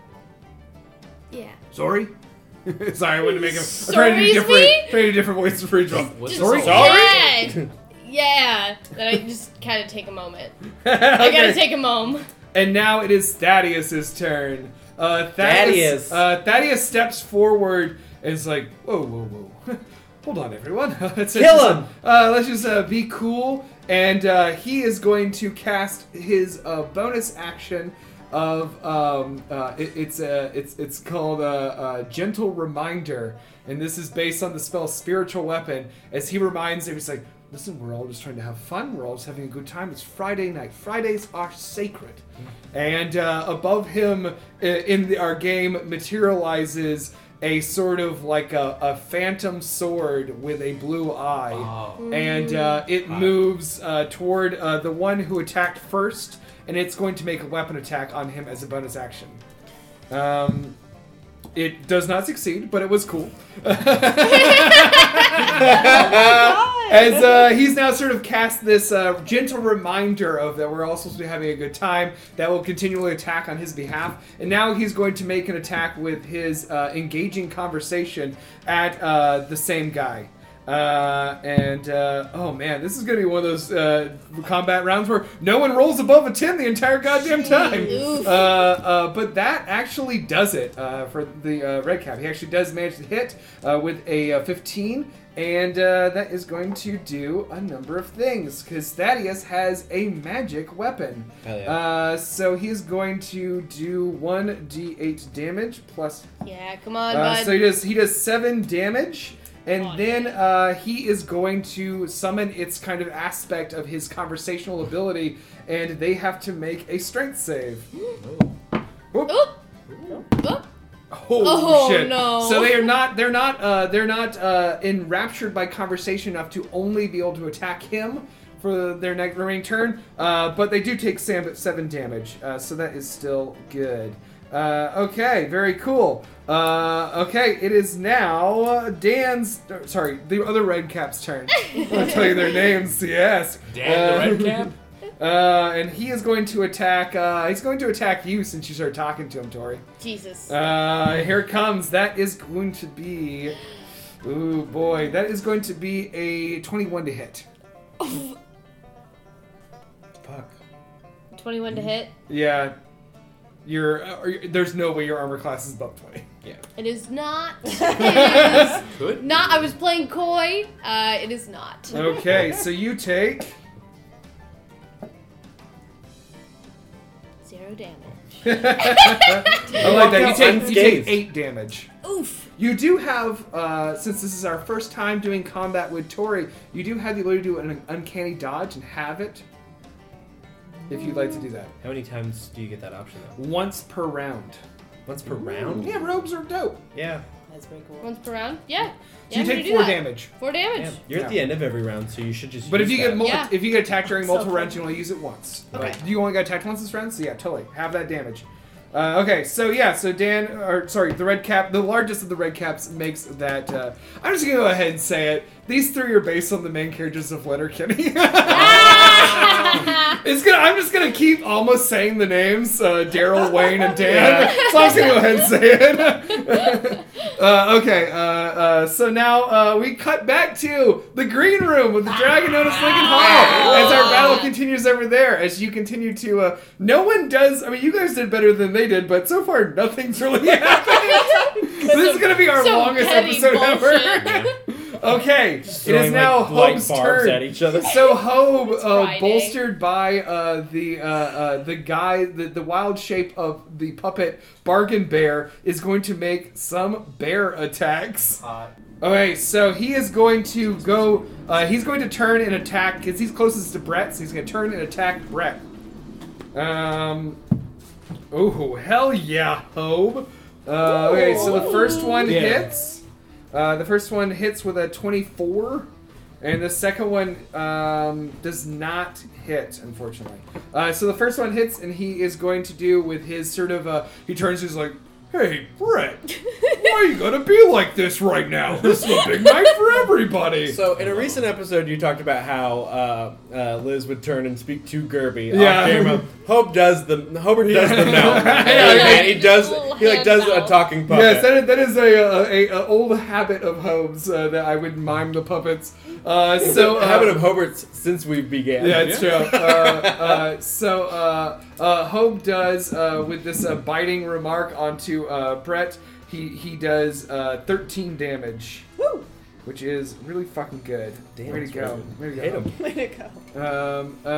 Speaker 5: (laughs)
Speaker 2: (laughs)
Speaker 5: yeah.
Speaker 2: sorry." sorry, I wanted to make
Speaker 5: (laughs)
Speaker 2: him. I'm trying to
Speaker 5: Sorry
Speaker 2: do
Speaker 5: is
Speaker 2: different,
Speaker 5: me?
Speaker 2: trying to do different voices for each one.
Speaker 4: What's
Speaker 2: Sorry,
Speaker 4: this?
Speaker 5: (laughs) Yeah.
Speaker 2: (laughs)
Speaker 5: yeah. Then I just kind of take a moment. I gotta
Speaker 2: (laughs) Okay.
Speaker 5: take a moment.
Speaker 2: And now it is Thaddeus's turn. Uh, Thaddeus.
Speaker 3: Thaddeus.
Speaker 2: Uh, Thaddeus steps forward and is like, "Whoa, whoa, whoa! (laughs) Hold on, everyone. (laughs) let's
Speaker 3: Kill
Speaker 2: just-
Speaker 3: him.
Speaker 2: Uh, let's just uh, be cool." And uh, he is going to cast his uh, bonus action of um, uh, it, it's uh, it's it's called uh, uh, gentle reminder, and this is based on the spell spiritual weapon. As he reminds him, he's like. Listen, we're all just trying to have fun. We're all just having a good time. It's Friday night. Fridays are sacred. And uh, above him i- in the, our game materializes a sort of like a, a phantom sword with a blue eye. And uh, it moves uh, toward uh, the one who attacked first, and it's going to make a weapon attack on him as a bonus action. Um, it does not succeed, but it was cool. (laughs) As uh, he's now sort of cast this uh, gentle reminder of that we're all supposed to be having a good time that will continually attack on his behalf. And now he's going to make an attack with his uh, engaging conversation at uh, the same guy. Uh, and uh, oh man, this is going to be one of those uh, combat rounds where no one rolls above a 10 the entire goddamn time.
Speaker 5: Oof.
Speaker 2: Uh, uh, but that actually does it uh, for the uh, red cap. He actually does manage to hit uh, with a uh, 15, and uh, that is going to do a number of things because Thaddeus has a magic weapon.
Speaker 3: Hell yeah.
Speaker 2: Uh, so he is going to do one d8 damage plus
Speaker 5: Yeah, come on,
Speaker 2: uh,
Speaker 5: bud.
Speaker 2: so he does he does seven damage, and
Speaker 5: Oh,
Speaker 2: then uh, he is going to summon its kind of aspect of his conversational ability, and they have to make a strength save. Whoop.
Speaker 5: Oop. Oop.
Speaker 2: Oh,
Speaker 5: Oh,
Speaker 2: shit!
Speaker 5: no.
Speaker 2: So they are not they're not uh, they're not uh, enraptured by conversation enough to only be able to attack him. For their next remaining turn, uh, but they do take sam- seven damage, uh, so that is still good. Uh, okay, very cool. Uh, okay, it is now uh, Dan's. er, Sorry, the other red cap's turn. I'll tell you
Speaker 5: (laughs)
Speaker 2: their names. Yes,
Speaker 4: Dan
Speaker 2: Uh,
Speaker 4: the Red Cap?
Speaker 2: Uh, and he is going to attack. Uh, he's going to attack you since you started talking to him, Tori.
Speaker 5: Jesus.
Speaker 2: Uh, here it comes. That is going to be. Ooh boy, that is going to be a 21 to hit.
Speaker 3: Fuck.
Speaker 5: 21 to hit.
Speaker 2: Yeah, your uh, are you- there's no way your armor class is above 20.
Speaker 5: It is not. It is
Speaker 4: Good.
Speaker 5: not. I was playing coy. Uh, it is not.
Speaker 2: Okay, so you take
Speaker 5: Zero damage.
Speaker 2: I like that. You take you take
Speaker 3: Unscathed.
Speaker 2: eight damage.
Speaker 5: Oof.
Speaker 2: You do have, uh, since this is our first time doing combat with Tori, you do have the ability to do an uncanny dodge and have it, if you'd like to do that.
Speaker 3: How many times do you get that option though?
Speaker 2: Once per round.
Speaker 3: Once per round?
Speaker 2: Yeah, robes are dope.
Speaker 3: Yeah.
Speaker 6: That's pretty cool.
Speaker 5: Once per round.
Speaker 2: So
Speaker 5: Yeah. yeah
Speaker 2: you
Speaker 5: I'm
Speaker 2: take
Speaker 5: gonna do
Speaker 2: four
Speaker 5: that.
Speaker 2: damage.
Speaker 5: Four
Speaker 3: yeah.
Speaker 5: damage.
Speaker 3: You're at
Speaker 2: Yeah.
Speaker 3: the end of every round, so you should just.
Speaker 2: But if
Speaker 3: use
Speaker 2: you get
Speaker 3: that.
Speaker 2: multi-
Speaker 5: Yeah.
Speaker 2: if you get attacked during
Speaker 5: So
Speaker 2: multiple
Speaker 5: cool.
Speaker 2: rounds, you only use it once.
Speaker 5: Okay.
Speaker 2: But you only got attacked once this round, so yeah, totally have that damage. Uh, okay, so yeah, so Dan, or sorry, the red cap, the largest of the red caps makes that. Uh, I'm just gonna go ahead and say it. These three are based on the main characters of Letterkenny. (laughs)
Speaker 5: Ah,
Speaker 2: It's gonna. I'm just gonna keep almost saying the names: uh,
Speaker 5: (laughs)
Speaker 2: Daryl, Wayne, and Dan. So I'm just gonna go ahead and say it. (laughs) uh, okay. Uh, uh, so now uh, we cut back to the green room with the dragon known as Lincoln Hall as our battle continues over there. As you continue to, uh, no one does. I mean, you guys did better than they did, but so far nothing's really happened. this is gonna be our
Speaker 5: So
Speaker 2: longest
Speaker 5: petty
Speaker 2: episode
Speaker 5: bullshit.
Speaker 2: ever. (laughs) Okay, it is
Speaker 3: Throwing,
Speaker 2: now
Speaker 3: like, light
Speaker 2: Hope's
Speaker 3: barbs
Speaker 2: turn.
Speaker 3: at each other.
Speaker 2: So Hobe, uh,
Speaker 5: Friday.
Speaker 2: bolstered by uh, the uh, uh, the guy, the, the wild shape of the puppet Bargain Bear, is going to make some bear attacks. Okay, so he is going to go. Uh, he's going to turn and attack because he's closest to Brett, so he's going to turn and attack Brett. Um. Oh hell yeah, Hobe. Uh, okay, so the first one
Speaker 3: Yeah.
Speaker 2: hits. Uh, the first one hits with a twenty-four, and the second one um, does not hit, unfortunately. Uh, so the first one hits, and he is going to do with his sort of. Uh, he turns, he's like, "Hey, Brett,
Speaker 5: (laughs)
Speaker 2: why you gotta be like this right now? This is a
Speaker 3: (laughs)
Speaker 2: big night for everybody."
Speaker 3: So in a recent episode, you talked about how uh, uh, Liz would turn and speak to Gerby
Speaker 2: Yeah.
Speaker 3: off camera. Hope does the Homer
Speaker 2: (laughs)
Speaker 3: does the mouth,
Speaker 2: Yeah.
Speaker 3: and he does
Speaker 5: Little
Speaker 3: he like
Speaker 5: hand
Speaker 3: does a
Speaker 5: mouth.
Speaker 3: talking puppet.
Speaker 2: Yes, that is, that is a, a, a, a old habit of Hobbes uh, that I would mime the puppets. Uh, so
Speaker 3: a
Speaker 2: uh,
Speaker 3: habit of Hobart's since we began.
Speaker 2: yeah, it's
Speaker 4: Yeah.
Speaker 2: true. Uh, uh, so uh, uh, Hope does uh, with this uh, biting remark onto uh, Brett. He he does uh, 13 damage,
Speaker 6: Woo!
Speaker 2: which is really fucking good.
Speaker 3: Damn,
Speaker 2: Way to
Speaker 3: it's
Speaker 2: go! Way
Speaker 3: really
Speaker 2: to
Speaker 3: good.
Speaker 2: go.
Speaker 3: Hate him.
Speaker 6: Way to go.
Speaker 2: Um, uh,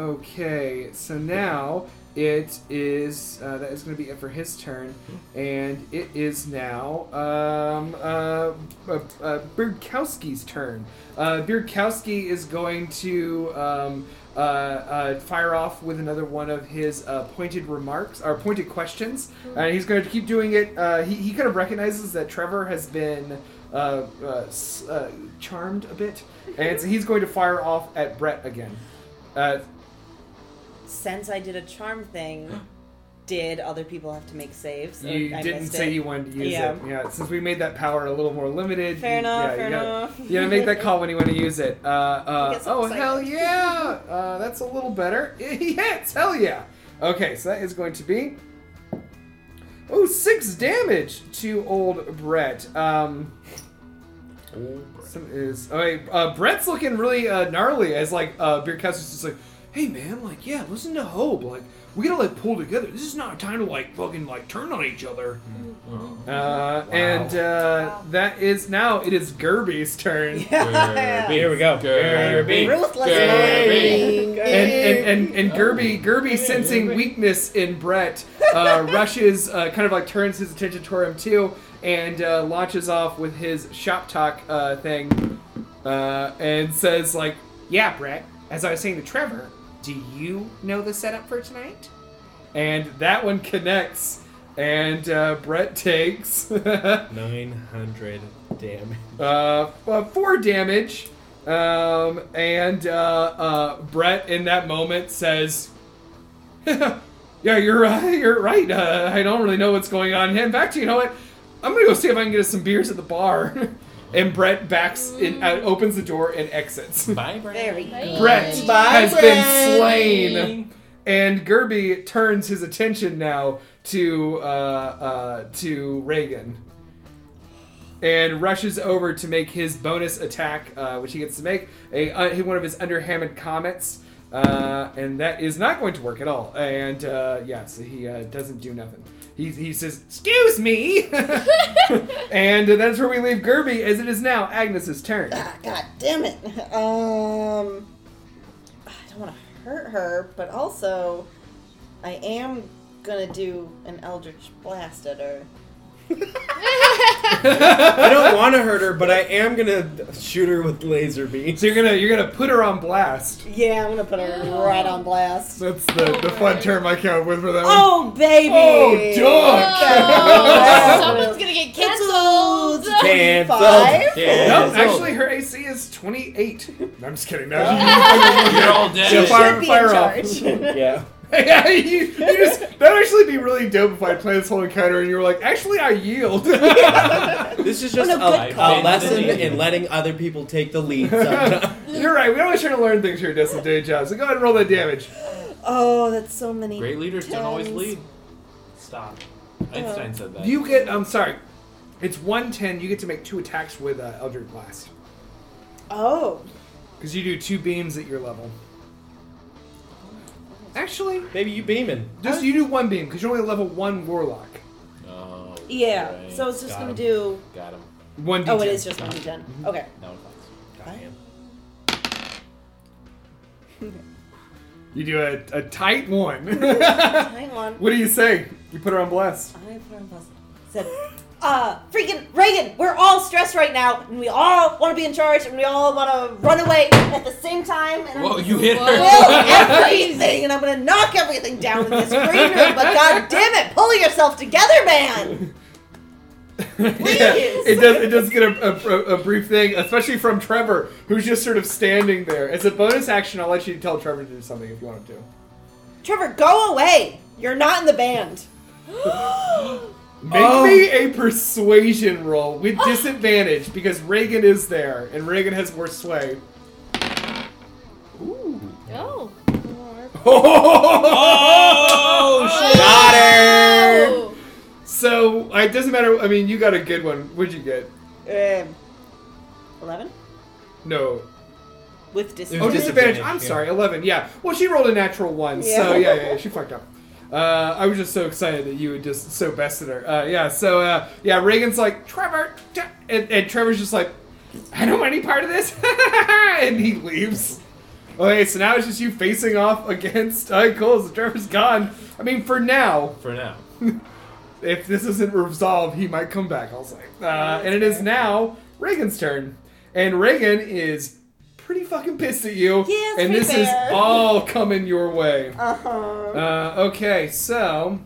Speaker 2: okay, so now it is, uh, that is going to be it for his turn, and it is now, um, uh, uh, uh Birdkowski's turn. Uh, Birdkowski is going to, um, uh, uh, fire off with another one of his uh, pointed remarks or pointed questions, and he's going to keep doing it. Uh, he, he kind of recognizes that Trevor has been uh, uh, s- uh, charmed a bit, and so he's going to fire off at Brett again. Uh,
Speaker 6: Since I did a charm thing, (gasps) did other people have to make saves? Or
Speaker 2: you
Speaker 6: Oh, I
Speaker 2: didn't
Speaker 6: missed
Speaker 2: say
Speaker 6: it?
Speaker 2: you
Speaker 6: (laughs)
Speaker 2: wanted to use
Speaker 6: Yeah.
Speaker 2: it. Yeah, since we made that power a little more limited.
Speaker 6: Fair
Speaker 2: you-
Speaker 6: enough,
Speaker 2: yeah,
Speaker 6: fair
Speaker 2: you gotta,
Speaker 6: enough.
Speaker 2: You gotta make that call when you want to use it. Uh, uh,
Speaker 6: Get so
Speaker 2: oh,
Speaker 6: excited.
Speaker 2: hell yeah! Uh, that's a little better. (laughs) He hits! Hell yeah! Okay, so that is going to be. Oh, six damage to old Brett. Um, Some is all right. Uh, Brett's looking really uh, gnarly as like uh, Beercaster's just like, hey man, like yeah, listen to Hope, like we gotta like pull together. This is not a time to like fucking like turn on each other. Uh, And uh, that is now it is Gerby's turn.
Speaker 6: Yeah.
Speaker 3: Here we go.
Speaker 4: Gerby.
Speaker 6: Ruthless.
Speaker 4: Gerby.
Speaker 6: Gerby.
Speaker 2: And and, and, and Gerby, Gerby sensing weakness in Brett, uh, rushes, uh, kind of like turns his attention toward him too, and uh, launches off with his shop talk uh, thing, uh, and says like, "Yeah, Brett. As I was saying to Trevor, do you know the setup for tonight?" And that one connects, and uh, Brett takes. (laughs)
Speaker 3: Nine hundred damage.
Speaker 2: uh, uh, four damage. Um, and uh, uh, Brett, in that moment, says, (laughs) "Yeah, you're uh, (laughs) you're right. Uh, I don't really know what's going on. In fact, you know what? I'm gonna go see if I can get us some beers at the bar." (laughs) and Brett backs in, uh, opens the door, and exits. (laughs)
Speaker 4: Bye, Brett.
Speaker 6: Very good.
Speaker 5: (laughs)
Speaker 2: Brett
Speaker 6: Bye,
Speaker 2: has been
Speaker 6: Brett.
Speaker 2: slain, and Gerby turns his attention now to uh, uh, to Reagan, and rushes over to make his bonus attack, uh, which he gets to make a uh, one of his underhanded comments, uh, and that is not going to work at all. And uh, yeah, so he uh, doesn't do nothing. He, he says, "Excuse me," (laughs) and that's where we leave Gerby, as it is now Agnes's turn.
Speaker 6: Ah, God damn it. Um, I don't want to hurt her, but also, I am gonna do an Eldritch Blast at her.
Speaker 3: I
Speaker 2: (laughs)
Speaker 3: don't want to hurt her, but I am gonna shoot her with laser beams.
Speaker 2: So you're gonna you're gonna put her on blast.
Speaker 6: Yeah, I'm gonna put her right on blast.
Speaker 2: That's the, the fun term I came up with for that one.
Speaker 6: Oh baby!
Speaker 2: Oh, dog!
Speaker 6: Oh,
Speaker 5: Someone's gonna get canceled.
Speaker 6: Canceled.
Speaker 3: Cancelled.
Speaker 6: Five.
Speaker 4: Yeah.
Speaker 2: No,
Speaker 3: So-
Speaker 2: actually, her AC is 28. I'm just kidding. (laughs) No,
Speaker 4: You're all
Speaker 2: She'll
Speaker 4: dead.
Speaker 6: Should
Speaker 2: fire-
Speaker 6: be in
Speaker 2: fire off.
Speaker 6: charge. (laughs)
Speaker 3: Yeah.
Speaker 2: yeah, you, you just, that'd actually be really dope if I planned this whole encounter and you were like, actually, I yield. (laughs)
Speaker 3: This is just
Speaker 6: no,
Speaker 3: a,
Speaker 6: good
Speaker 3: a
Speaker 4: call.
Speaker 3: lesson in letting other people take the (laughs) lead sometimes.
Speaker 2: You're right. We always try to learn things here at Destined Day Job. So go ahead and roll that damage.
Speaker 6: oh, that's so many.
Speaker 4: Great leaders do don't always
Speaker 6: tens.
Speaker 4: lead. Stop.
Speaker 6: Uh,
Speaker 4: Einstein said that.
Speaker 2: You get, I'm sorry, it's 110. You get to make two attacks with uh, Eldritch Blast.
Speaker 6: Oh,
Speaker 2: Because you do two beams at your level. Actually,
Speaker 3: Maybe you beaming.
Speaker 2: just you do one beam because you're only level one Warlock.
Speaker 4: Oh,
Speaker 6: yeah.
Speaker 4: right.
Speaker 6: So it's just
Speaker 4: Got
Speaker 6: gonna
Speaker 4: him.
Speaker 6: do
Speaker 4: Got him.
Speaker 2: One D10.
Speaker 6: Oh, it is just one d10. Okay.
Speaker 4: No one finds.
Speaker 3: Goddamn.
Speaker 2: You do a, a tight one.
Speaker 6: Hang on.
Speaker 2: what do you say? You put her on blast. (laughs)
Speaker 6: I put on pause. Said, uh, freaking Reagan, we're all stressed right now, and we all want to be in charge, and we all want to run away at the same time. And
Speaker 4: Whoa,
Speaker 6: I'm
Speaker 4: you hit
Speaker 5: Whoa.
Speaker 4: her.
Speaker 6: will everything, and I'm gonna knock everything down in this green room. But god damn it, pull yourself together, man!
Speaker 2: Yeah, it does. It does get a, a, a brief thing, especially from Trevor, who's just sort of standing there. As a bonus action, I'll let you tell Trevor to do something if you want to.
Speaker 6: Trevor, go away. You're not in the band.
Speaker 2: Make me a persuasion roll with disadvantage because Reagan is there and Reagan has more sway.
Speaker 5: Oh.
Speaker 3: Oh,
Speaker 6: Oh,
Speaker 4: Got her.
Speaker 5: Oh.
Speaker 2: So it doesn't matter. I mean, you got a good one. What'd you get?
Speaker 6: Um, Eleven
Speaker 2: No.
Speaker 6: with disadvantage.
Speaker 2: Oh, disadvantage.
Speaker 3: Disadvantage,
Speaker 2: I'm
Speaker 3: yeah.
Speaker 2: sorry. Eleven. Yeah. Well, she rolled a natural one, so
Speaker 6: Yeah.
Speaker 2: yeah, yeah, yeah, she fucked up. Uh, I was just so excited that you had just so bested her. Uh, yeah. So uh, yeah, Reagan's like Trevor, t-" and, and Trevor's just like, I don't want any part of this, (laughs) and he leaves. Okay, so now it's just you facing off against (laughs) uh, Coles. Trevor's gone. I mean, for now,
Speaker 4: For now.
Speaker 2: if this isn't resolved, he might come back. I'll say. Uh, and it is now Reagan's turn, and Reagan is pretty fucking pissed at you.
Speaker 6: He is
Speaker 2: and
Speaker 6: pretty
Speaker 2: this is
Speaker 6: bad.
Speaker 2: all coming your way.
Speaker 6: Uh-huh.
Speaker 2: Uh, okay, so.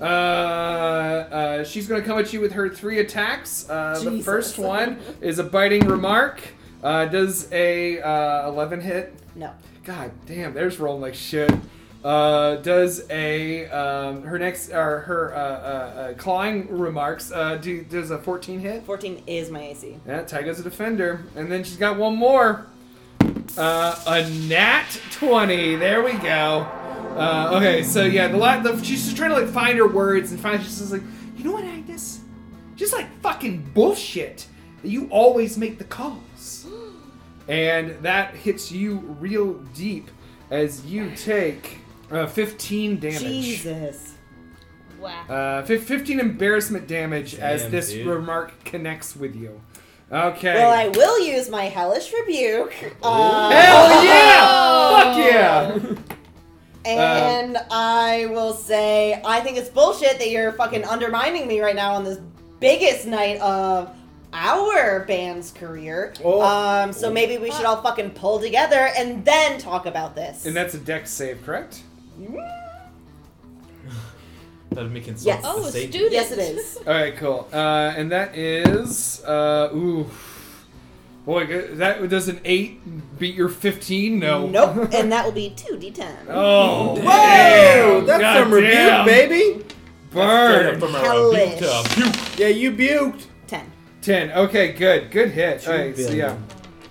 Speaker 2: Uh, uh, she's gonna come at you with her three attacks. Uh, the
Speaker 6: Jesus.
Speaker 2: first one is a biting remark. Uh, does a uh, eleven hit?
Speaker 6: No.
Speaker 2: God damn, there's rolling like shit. Uh, does a um, her next or her uh, uh, uh, clawing remarks? Uh, do does a 14 hit?
Speaker 6: 14 is my AC.
Speaker 2: Yeah, Tyga's a defender, and then she's got one more. Uh, a nat 20. There we go. Uh, okay, so yeah, the, la- the she's just trying to like find her words, and finally she's just like, you know what, Agnes? Just like fucking bullshit. that You always make the calls, and that hits you real deep as you take uh, 15 damage.
Speaker 6: Jesus.
Speaker 5: Wow.
Speaker 2: Uh, fif- 15 embarrassment damage as
Speaker 3: Damn,
Speaker 2: this
Speaker 3: dude.
Speaker 2: remark connects with you. Okay.
Speaker 6: Well, I will use my hellish rebuke. Uh,
Speaker 2: Hell
Speaker 3: (laughs)
Speaker 2: yeah! Fuck Um,
Speaker 6: and I will say, I think it's bullshit that you're fucking undermining me right now on this biggest night of our band's career.
Speaker 3: Oh.
Speaker 6: Um, so maybe we should all fucking pull together and then talk about this.
Speaker 2: yeah! And that's a dex save, correct?
Speaker 4: That'd make insult
Speaker 6: Yes.
Speaker 4: to
Speaker 5: Oh, a
Speaker 4: Satan.
Speaker 5: student.
Speaker 6: yes, it
Speaker 5: (laughs)
Speaker 6: is.
Speaker 2: Alright, cool. Uh, and that is. Uh, ooh. Boy, g- that does an 8 beat your 15? No.
Speaker 6: Nope.
Speaker 2: (laughs)
Speaker 6: and that will be 2d10.
Speaker 2: Oh.
Speaker 3: Whoa!
Speaker 2: damn.
Speaker 3: Oh, That's
Speaker 2: God
Speaker 3: some rebuke,
Speaker 2: damn.
Speaker 3: baby.
Speaker 4: Straight up
Speaker 2: Burn!
Speaker 4: from our
Speaker 6: Hellish.
Speaker 4: beat up.
Speaker 6: (laughs)
Speaker 4: You-
Speaker 3: Yeah, you buked.
Speaker 6: 10.
Speaker 2: 10. Okay, good. Good hit. Alright, so
Speaker 3: billion.
Speaker 2: yeah.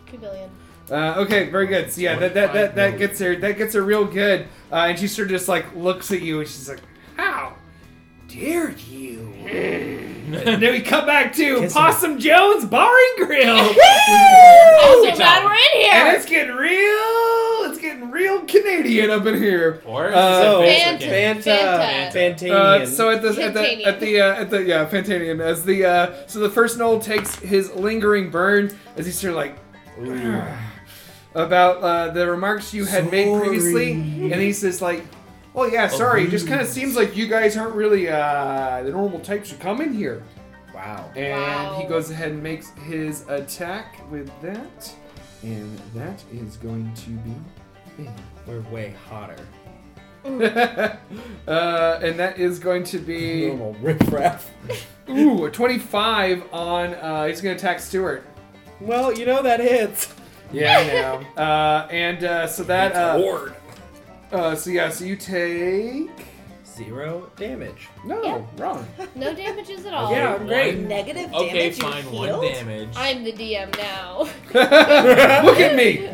Speaker 5: Two billion.
Speaker 2: Uh, okay, very good. So yeah, that that, that, that gets her that gets her real good, uh, and she sort of just like looks at you and she's like, "How dare you?" and then we cut back to
Speaker 3: Kiss her.
Speaker 2: Possum Jones Bar and Grill,
Speaker 5: Oh,
Speaker 4: good
Speaker 5: so glad
Speaker 4: job.
Speaker 5: we're in here.
Speaker 2: and it's getting real, it's getting real Canadian up in here.
Speaker 4: Or is
Speaker 2: Uh,
Speaker 4: it
Speaker 5: Fanta.
Speaker 4: Mexican?
Speaker 3: Fanta.
Speaker 5: Fanta.
Speaker 3: Fantanian.
Speaker 2: Uh, so at the at the at the, uh, at the yeah Fantanian as the uh, so the first Knoll takes his lingering burn as he's sort of like about uh, the remarks you had made previously, and he's just like, "Well, yeah, sorry. It just kind of seems like you guys aren't really uh, the normal types who come in here."
Speaker 3: wow.
Speaker 2: And he
Speaker 5: Wow.
Speaker 2: goes ahead and makes his attack with that, and that is going to be.
Speaker 3: We're way hotter.
Speaker 2: (laughs) uh, and that is going to (laughs) be
Speaker 3: Normal riffraff.
Speaker 2: ooh a twenty-five on. Uh, he's going to attack Stewart.
Speaker 3: Well, you know that hits.
Speaker 2: Yeah, I know. (laughs) uh, and uh, so that uh,
Speaker 3: Lord.
Speaker 2: uh, so yeah, so you take
Speaker 3: Zero damage.
Speaker 2: no
Speaker 5: Yeah. (laughs)
Speaker 2: wrong.
Speaker 5: No damages at all.
Speaker 2: Yeah,
Speaker 4: One-
Speaker 2: great.
Speaker 6: Negative
Speaker 4: Oh, Okay,
Speaker 6: damage.
Speaker 4: fine.
Speaker 6: you
Speaker 4: One
Speaker 6: healed?
Speaker 4: damage.
Speaker 5: I'm the DM now.
Speaker 2: Look at me.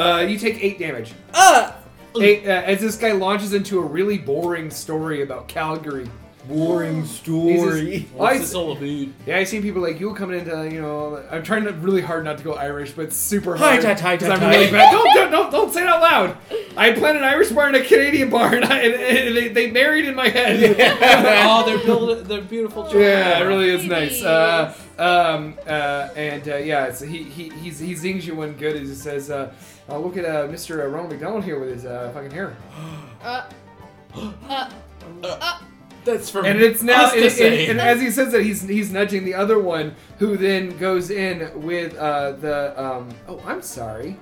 Speaker 2: Uh, you take eight damage. uh,
Speaker 6: Ugh!
Speaker 2: Eight, uh, as this guy launches into a really boring story about Calgary
Speaker 3: Boring
Speaker 2: Jesus. Well, I-
Speaker 4: all about?
Speaker 2: yeah, I've seen people like you coming into, you know, I'm trying to really hard not to go Irish, but it's super
Speaker 3: Hi,
Speaker 2: hard.
Speaker 3: hi, hi,
Speaker 2: 'cause
Speaker 3: hi,
Speaker 2: I'm
Speaker 3: hi.
Speaker 2: really bad. Don't, don't, don't, don't say it out loud. I planned an Irish bar and a Canadian bar, (laughs) and, I, and, and they, they married in my head.
Speaker 4: (laughs)
Speaker 2: (laughs)
Speaker 4: oh, they're build- they're beautiful. Children.
Speaker 2: Yeah, it really is nice.
Speaker 5: Ladies.
Speaker 2: Uh, um, uh, and uh, yeah, it's, he, he, he's, he zings you one good. He just says, uh, uh, look at uh, Mr. Ronald McDonald here with his uh, fucking hair.
Speaker 5: Uh, uh, uh,
Speaker 4: That's for
Speaker 2: And it's now,
Speaker 4: us
Speaker 2: and,
Speaker 4: to
Speaker 2: and-
Speaker 4: say.
Speaker 2: and as he says that, he's, he's nudging the other one, who then goes in with uh, the, um, oh, I'm sorry.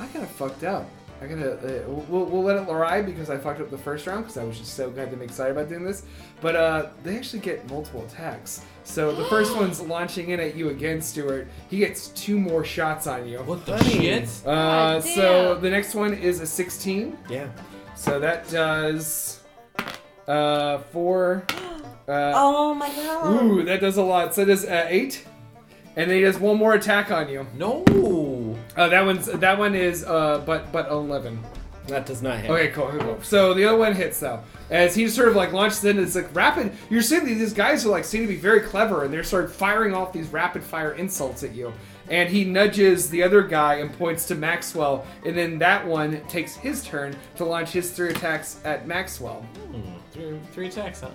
Speaker 2: I kind of fucked up. I gotta. Uh, we'll, we'll let it lie because I fucked up the first round because I was just so goddamn excited about doing this. But uh, they actually get multiple attacks. So the
Speaker 4: (gasps)
Speaker 2: first one's launching in at you again, Stuart. He gets two more shots on you.
Speaker 4: what the shit?
Speaker 2: Uh,
Speaker 5: God
Speaker 2: so
Speaker 5: damn.
Speaker 2: the next one is a 16.
Speaker 3: Yeah.
Speaker 2: So that does uh,
Speaker 5: (gasps)
Speaker 2: four. Uh,
Speaker 6: Oh my god.
Speaker 2: Ooh, that does a lot. So it does uh, eight. And then he does one more attack on you.
Speaker 4: No.
Speaker 2: Uh, that one's that one is uh, but but eleven.
Speaker 3: That does not hit.
Speaker 2: Okay, cool, cool, cool. So the other one hits though, as he sort of like launches in. It's like rapid. You're seeing these- these guys are like seem to be very clever, and they're sort of firing off these rapid fire insults at you. And he nudges the other guy and points to Maxwell, and then that one takes his turn to launch his three attacks at Maxwell.
Speaker 4: Three, three attacks, huh?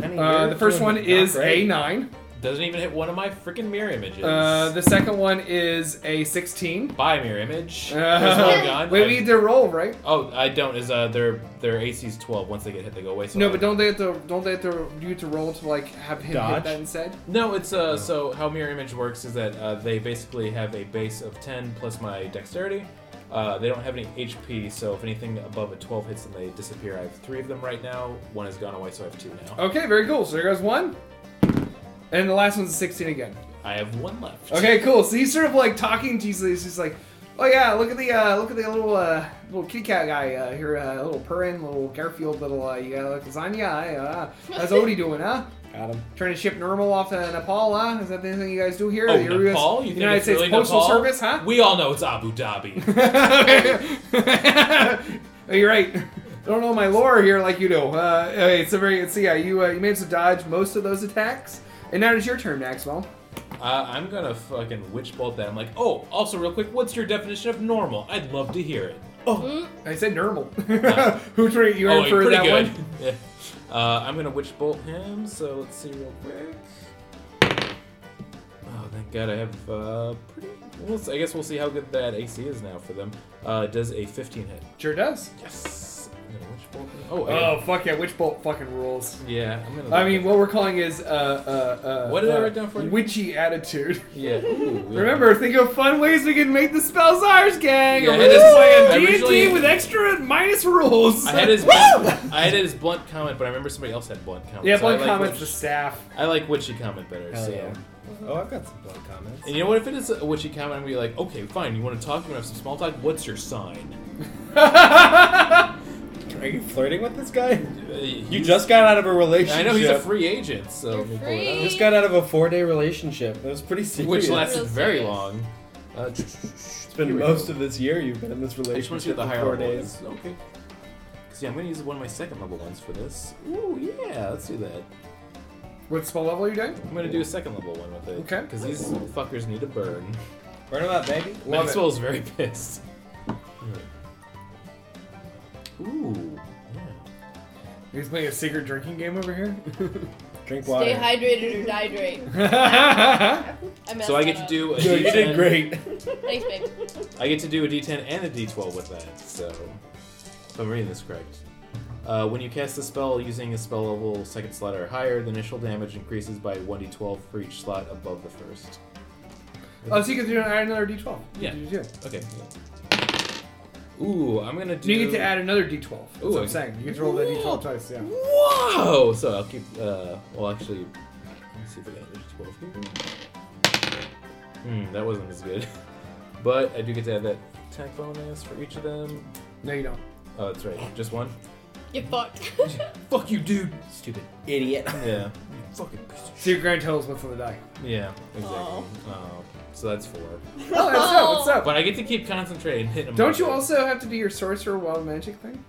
Speaker 3: Honey,
Speaker 2: Uh,
Speaker 3: you're
Speaker 2: the first
Speaker 3: doing
Speaker 2: one is
Speaker 3: not great.
Speaker 2: a nine.
Speaker 4: Doesn't even hit one of my freaking mirror images.
Speaker 2: Uh, the second one is a sixteen.
Speaker 4: Buy mirror image. There's
Speaker 2: (laughs)
Speaker 4: one
Speaker 2: Uh,
Speaker 4: gun.
Speaker 2: wait,
Speaker 4: I-
Speaker 2: we need to roll, right?
Speaker 4: Oh, I don't. Is uh, their their AC's twelve. Once they get hit, they go away. So
Speaker 2: No, but don't they have to? Don't they have to? You have to roll to like have him
Speaker 3: Dodge?
Speaker 2: hit that instead.
Speaker 4: No, it's uh. So how mirror image works is that uh, they basically have a base of ten plus my dexterity. Uh, they don't have any HP, so if anything above a twelve hits them, they disappear. I have three of them right now. One has gone away, so I have two now.
Speaker 2: Okay, very cool. So there goes one. And the last one's a 16 again.
Speaker 4: I have one left.
Speaker 2: Okay, cool. So he's sort of like talking to you. so He's just like, oh yeah, look at the uh, look at the little uh, little kitty cat guy uh, here, uh, little Perrin, little Garfield, little uh, you got lasagna. eh? Uh, how's Odie doing, huh?
Speaker 3: Got him.
Speaker 2: Trying to ship normal off to Nepal, huh? Is that the thing you guys do here?
Speaker 4: Oh,
Speaker 2: The US
Speaker 4: Nepal? You think
Speaker 2: United
Speaker 4: it's
Speaker 2: States
Speaker 4: really
Speaker 2: Postal
Speaker 4: Nepal?
Speaker 2: Service, huh?
Speaker 4: We all know it's
Speaker 2: (laughs)
Speaker 4: Abu Dhabi.
Speaker 2: Oh, (laughs) You're right. I don't know my lore here like you do. Uh, okay, so very. So yeah, you uh, you managed to dodge most of those attacks, and now it's your turn, Maxwell.
Speaker 4: uh, I'm gonna fucking witch bolt that. I'm like, oh, also real quick, what's your definition of normal? I'd love to hear it.
Speaker 2: I said normal. (laughs) Who turned you in
Speaker 4: wait,
Speaker 2: for that one?
Speaker 4: Oh, (laughs) yeah. Uh, I'm gonna witch bolt him. So let's see real quick. Oh, thank God I have uh, pretty. We'll, s- I guess we'll see how good that AC is now for them. Uh, does a 15 hit?
Speaker 2: Sure does.
Speaker 4: Yes. I'm gonna witch bolt him. Oh,
Speaker 2: Oh
Speaker 4: yeah.
Speaker 2: fuck yeah, witch bolt fucking rules.
Speaker 4: yeah. I'm gonna.
Speaker 2: I mean, what we're calling is uh uh uh.
Speaker 4: What did I
Speaker 2: uh,
Speaker 4: write down for you?
Speaker 2: Witchy attitude.
Speaker 4: yeah. Ooh, yeah.
Speaker 2: Remember, think of fun ways we can make the spells ours, gang.
Speaker 4: Yeah,
Speaker 2: we're
Speaker 4: it
Speaker 2: just
Speaker 4: is- I
Speaker 2: playing D and D
Speaker 4: originally-
Speaker 2: with extra and minus rules.
Speaker 4: I
Speaker 2: (laughs)
Speaker 4: had his. I had his blunt comment, but I remember somebody else had blunt comment.
Speaker 2: yeah,
Speaker 4: so I
Speaker 2: blunt
Speaker 4: like
Speaker 2: comments the
Speaker 4: witch-
Speaker 2: staff.
Speaker 4: I like witchy comment better.
Speaker 3: Hell
Speaker 4: so.
Speaker 3: yeah. Oh, I've got some blunt comments.
Speaker 4: And you know what? If it is a witchy comment, I'm gonna be like, okay, fine. You want to talk? You want to have some small talk? What's your sign? (laughs)
Speaker 3: Are you flirting with this guy?
Speaker 4: Uh,
Speaker 3: (laughs) You just got out of a relationship.
Speaker 4: I know he's a free agent, so
Speaker 5: You're
Speaker 4: let me pull it
Speaker 5: free.
Speaker 4: up.
Speaker 3: Just got out of a four-day relationship. It was pretty serious.
Speaker 4: which
Speaker 5: Real
Speaker 4: lasted very
Speaker 5: serious.
Speaker 4: long. Uh, I
Speaker 3: It's been most of this year you've been in this
Speaker 4: just want to
Speaker 3: relationship
Speaker 4: get the
Speaker 3: for
Speaker 4: higher
Speaker 3: four
Speaker 4: level
Speaker 3: days.
Speaker 4: ones. Okay. See, I'm gonna use one of my second level ones for this. Ooh, yeah, let's do that.
Speaker 2: What spell level are you doing?
Speaker 4: I'm gonna do a second level one with it.
Speaker 2: Okay.
Speaker 4: Because these fuckers need to burn.
Speaker 3: Burn him up, baby.
Speaker 2: Love it.
Speaker 4: Maxwell's very pissed.
Speaker 3: Hmm.
Speaker 4: Ooh. Yeah.
Speaker 2: He's playing a secret drinking game over here. (laughs)
Speaker 3: Drink water.
Speaker 5: stay hydrated or dehydrate. (laughs) I messed
Speaker 4: So I
Speaker 5: that
Speaker 4: get to
Speaker 5: up.
Speaker 4: do a
Speaker 3: Yo, you did
Speaker 4: D10
Speaker 3: great.
Speaker 5: Thanks, babe.
Speaker 4: I get to do a D10 and a D12 with that, so if I'm reading this correct. Uh, when you cast a spell using a spell level second slot or higher, the initial damage increases by 1d12 for each slot above the first.
Speaker 2: oh, so you can do add another d12.
Speaker 4: Yeah.
Speaker 2: You, do.
Speaker 4: Okay. Ooh, I'm gonna do.
Speaker 2: you get to add another d12. That's
Speaker 4: Ooh,
Speaker 2: what
Speaker 4: I-
Speaker 2: I'm saying. You get to roll the
Speaker 4: Whoa.
Speaker 2: d12 twice, yeah.
Speaker 4: Whoa! So I'll keep. Uh, well, actually, let's see if I can add 12 here. Hmm, that wasn't as good. (laughs) But I do get to add that attack bonus for each of them.
Speaker 2: No, you don't.
Speaker 4: Oh, that's right. Just one?
Speaker 5: You (laughs) fucked.
Speaker 4: Fuck you, dude! Stupid.
Speaker 3: Idiot.
Speaker 2: (laughs)
Speaker 4: Yeah. You fucking piece of
Speaker 2: So your grand total is what's on the
Speaker 4: (laughs)
Speaker 2: die.
Speaker 4: Yeah, exactly.
Speaker 5: Aw.
Speaker 4: Oh, so that's four.
Speaker 2: Oh, that's up, that's up.
Speaker 4: But I get to keep concentrating. (laughs) and hit 'em
Speaker 2: Don't you
Speaker 4: with it.
Speaker 2: also have to do your sorcerer wild magic thing?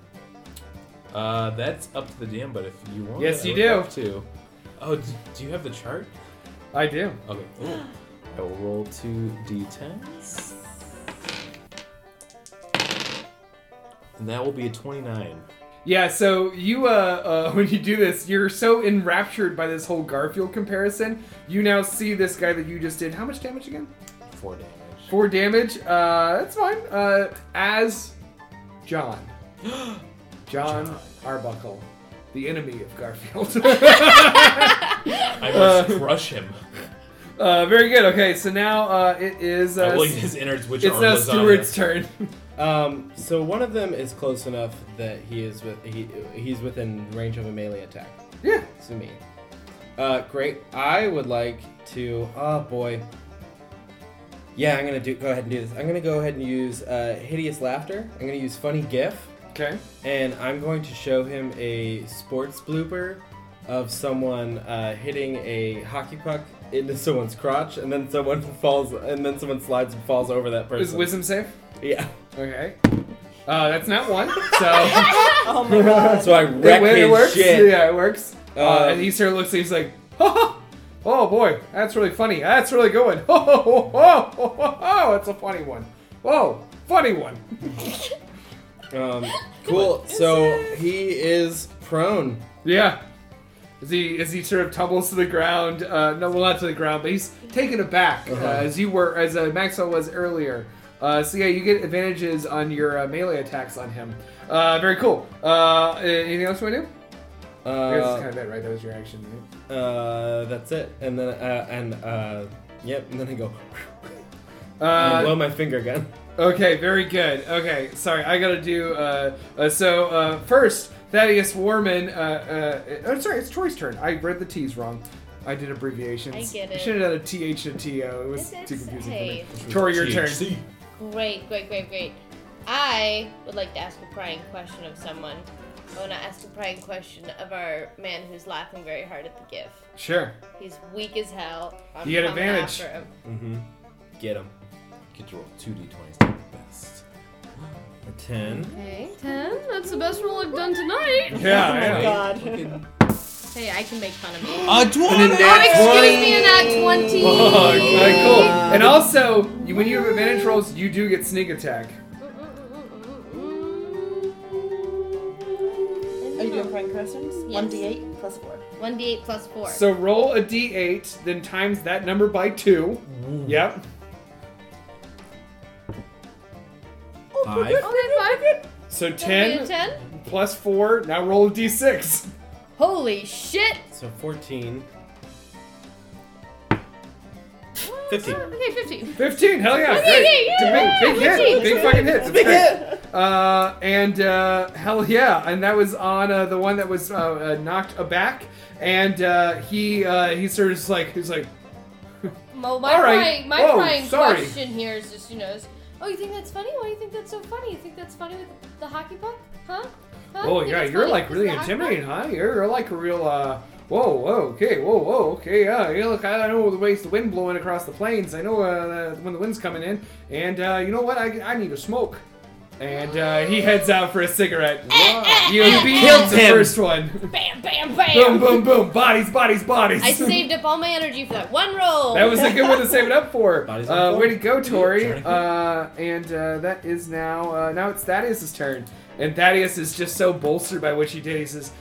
Speaker 4: Uh, that's up to the DM, but if you want,
Speaker 2: Yes,
Speaker 4: I
Speaker 2: you
Speaker 4: would
Speaker 2: do.
Speaker 4: love To. Oh, d- do you have the chart?
Speaker 2: I do.
Speaker 4: Okay. I will roll two d10s. And that will be a 29.
Speaker 2: Yeah, so you, uh, (laughs) uh, when you do this, you're so enraptured by this whole Garfield comparison. You now see this guy that you just did. How much damage again?
Speaker 4: 4 damage.
Speaker 2: Four damage. Uh, that's fine. Uh, as John. John,
Speaker 4: John.
Speaker 2: Arbuckle, the enemy of Garfield.
Speaker 4: I must crush him.
Speaker 2: uh, very good. Okay, so now uh, it is. Uh,
Speaker 4: I will eat his innards, which
Speaker 2: it's
Speaker 4: are
Speaker 2: now
Speaker 4: lasagna.
Speaker 2: Stewart's turn.
Speaker 3: Um, so one of them is close enough that he is with he he's within range of a melee attack.
Speaker 2: yeah.
Speaker 3: To me. Uh, great. I would like to. Oh boy. Yeah, I'm gonna do. Go ahead and do this. I'm gonna go ahead and use uh, hideous laughter. I'm gonna use funny gif,
Speaker 2: Okay.
Speaker 3: and I'm going to show him a sports blooper of someone uh, hitting a hockey puck into someone's crotch, and then someone (laughs) falls, and then someone slides and falls over that person.
Speaker 2: Is wisdom safe?
Speaker 3: Yeah. (laughs)
Speaker 2: Okay. Uh, that's not one. So.
Speaker 6: Oh my god.
Speaker 3: So I wreck
Speaker 2: it, it
Speaker 3: his
Speaker 2: works.
Speaker 3: shit.
Speaker 2: Yeah, it works. Uh,
Speaker 3: Um,
Speaker 2: and he sort of looks at you, he's like, oh boy, that's really funny. That's really going. Oh, oh, oh, oh, oh, oh, that's a funny one. Whoa, funny one.
Speaker 3: Um, cool. So he is prone.
Speaker 2: Yeah. As he, as he sort of tumbles to the ground, uh, no, well, not to the ground, but he's taken aback uh
Speaker 3: Uh-huh.
Speaker 2: as you were, as uh, Maxwell was earlier. Uh, so yeah, you get advantages on your uh, melee attacks on him. Uh, very cool. Uh, anything else you want to do? I guess
Speaker 3: Uh,
Speaker 2: that's kind of it, right? That was your action. right?
Speaker 3: Uh, that's it. And then, uh, and, uh, yep, and then I go, (laughs) and
Speaker 2: Uh,
Speaker 3: blow my finger gun.
Speaker 2: Okay, very good. Okay, sorry, I gotta do. Uh, uh, so uh, first, Thaddeus Warman. Uh, uh, oh, sorry, it's Troy's turn. I read the T's wrong. I did abbreviations.
Speaker 5: I get
Speaker 2: I
Speaker 5: it.
Speaker 2: should have done a TH and TO. It was
Speaker 5: It's-
Speaker 2: too
Speaker 5: it's-
Speaker 2: confusing
Speaker 5: hey.
Speaker 2: for me. Troy, your turn.
Speaker 4: THC.
Speaker 5: Great, great, great, great. I would like to ask a prying question of someone. I want to ask a prying question of our man who's laughing very hard at the gif.
Speaker 2: Sure.
Speaker 5: He's weak as hell. I'm
Speaker 2: You get
Speaker 5: coming
Speaker 2: advantage.
Speaker 5: after him.
Speaker 3: Mm-hmm. Get him.
Speaker 4: Get to roll two d20s to the best.
Speaker 3: A 10.
Speaker 5: Okay, 10. That's the best roll I've done tonight.
Speaker 2: Yeah.
Speaker 6: Oh my
Speaker 2: yeah.
Speaker 6: god.
Speaker 5: Hey, I can make fun of me.
Speaker 4: A 20!
Speaker 5: Oh, excuse me, an at 20.
Speaker 2: (laughs) Oh, okay, cool. And also, you, when you have advantage rolls, you do get sneak attack.
Speaker 6: Are you doing prank questions?
Speaker 5: Yes.
Speaker 6: One d eight plus four.
Speaker 5: 1d8 plus 4.
Speaker 2: So roll a d8, then times that number by two. Yep.
Speaker 4: Five.
Speaker 5: okay, 5.
Speaker 2: So
Speaker 5: Ten.
Speaker 2: ten plus four. Now roll a d6.
Speaker 5: Holy shit.
Speaker 3: So 14. 15.
Speaker 5: Okay, 15.
Speaker 2: 15, hell yeah,
Speaker 5: Okay,
Speaker 2: great.
Speaker 5: okay, yeah,
Speaker 2: big, big hit,
Speaker 5: 15.
Speaker 2: big fucking hit. Big hit. Uh, and uh, hell yeah, and that was on uh, the one that was uh, uh, knocked aback, and uh, he uh, he sort of just like he's like,
Speaker 5: Well, my
Speaker 2: All right.
Speaker 5: prying, my
Speaker 2: Whoa,
Speaker 5: prying
Speaker 2: sorry.
Speaker 5: question here is just, you know, is, oh, you think that's funny? Why do you think that's so funny? You think that's funny with the hockey puck? Huh? Huh?
Speaker 2: oh
Speaker 5: You think
Speaker 2: yeah,
Speaker 5: it's
Speaker 2: you're
Speaker 5: funny
Speaker 2: like
Speaker 5: because
Speaker 2: really
Speaker 5: the hockey puck?"
Speaker 2: intimidating, huh? You're, you're like a real uh, whoa, whoa, okay, whoa, whoa, okay, yeah. yeah look, I know the way's the wind blowing across the plains. I know uh, when the wind's coming in, and uh, you know what? I, I need a smoke. And uh, he heads out for a
Speaker 5: (laughs)
Speaker 2: cigarette. You beat
Speaker 3: Killed
Speaker 2: the
Speaker 3: him.
Speaker 2: first one.
Speaker 5: Bam, bam,
Speaker 2: Boom, (laughs)
Speaker 5: bam.
Speaker 2: boom, boom. Bodies, bodies, bodies.
Speaker 5: I saved up all my energy for that one
Speaker 2: (laughs)
Speaker 5: roll. (laughs)
Speaker 2: That was a good one to save it up for.
Speaker 3: Bodies on
Speaker 2: Uh,
Speaker 3: the
Speaker 2: way to go, Tori.
Speaker 3: Johnny.
Speaker 2: Uh, and uh, that is now uh, now it's Thaddeus' turn, and Thaddeus is just so bolstered by what she did. He says,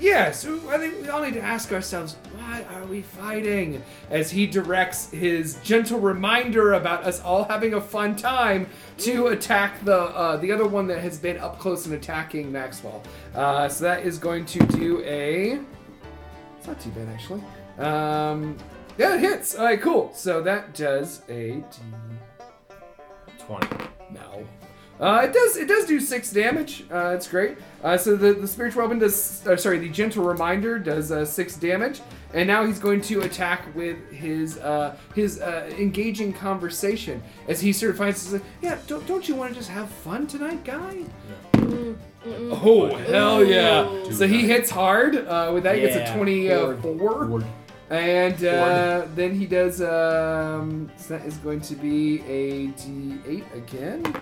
Speaker 2: "Yes, I think we all need to ask ourselves why are we fighting?" As he directs his gentle reminder about us all having a fun time to attack the uh, the other one that has been up close and attacking Maxwell. Uh, so that is going to do a. It's not too bad actually. Um, yeah, it hits. All right, cool. So that does a d-
Speaker 4: 20.
Speaker 2: no. Uh, it does. It does do six damage. Uh, it's great. Uh, so the, the spiritual weapon does. Uh, sorry, the gentle reminder does uh, six damage, and now he's going to attack with his uh, his uh, engaging conversation as he sort of finds. he's like, yeah, don't, don't you want to just have fun tonight, guy? Oh hell yeah!
Speaker 5: Ooh.
Speaker 2: So he hits hard. Uh, with that, he gets a
Speaker 3: Yeah.
Speaker 2: twenty-four.
Speaker 4: Ward.
Speaker 2: And uh, then he does. Um, so that is going to be a D8 again.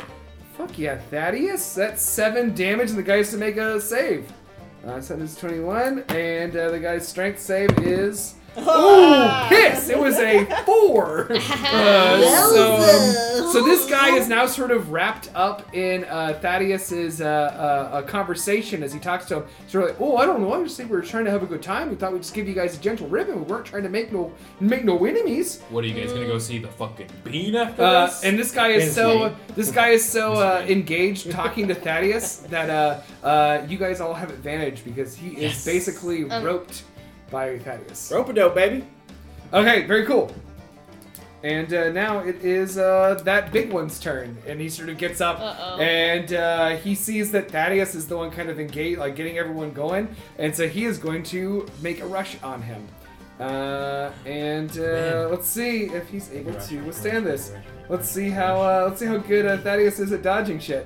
Speaker 2: Fuck yeah, Thaddeus. That's seven damage, and the guy has to make a save. Uh, so that is 21, and uh, the guy's strength save is.
Speaker 6: Ah.
Speaker 2: Oh, piss! It was a four! Uh, so, so this guy is now sort of wrapped up in uh, Thaddeus's uh, uh, uh, conversation as he talks to him. Sort of like, oh, I don't know. I just think we were trying to have a good time. We thought we'd just give you guys a gentle ribbon. We weren't trying to make no make no enemies.
Speaker 4: What are you guys gonna go see the fucking bean after
Speaker 2: Uh,
Speaker 4: this?
Speaker 2: and this guy is
Speaker 3: Yes,
Speaker 2: so
Speaker 3: mate.
Speaker 2: this guy is so uh, engaged talking to Thaddeus that uh, uh, you guys all have advantage because he is
Speaker 3: Yes.
Speaker 2: basically
Speaker 5: Um.
Speaker 2: roped by Thaddeus.
Speaker 3: Rope a dope, baby.
Speaker 2: Okay, very cool. And uh, now it is uh, that big one's turn, and he sort of gets up,
Speaker 5: Uh-oh.
Speaker 2: and uh, he sees that Thaddeus is the one kind of engaged, like getting everyone going, and so he is going to make a rush on him. Uh, and uh,
Speaker 3: Man.
Speaker 2: let's see if he's able to withstand this. Let's see how uh, let's see how good uh, Thaddeus is at dodging shit.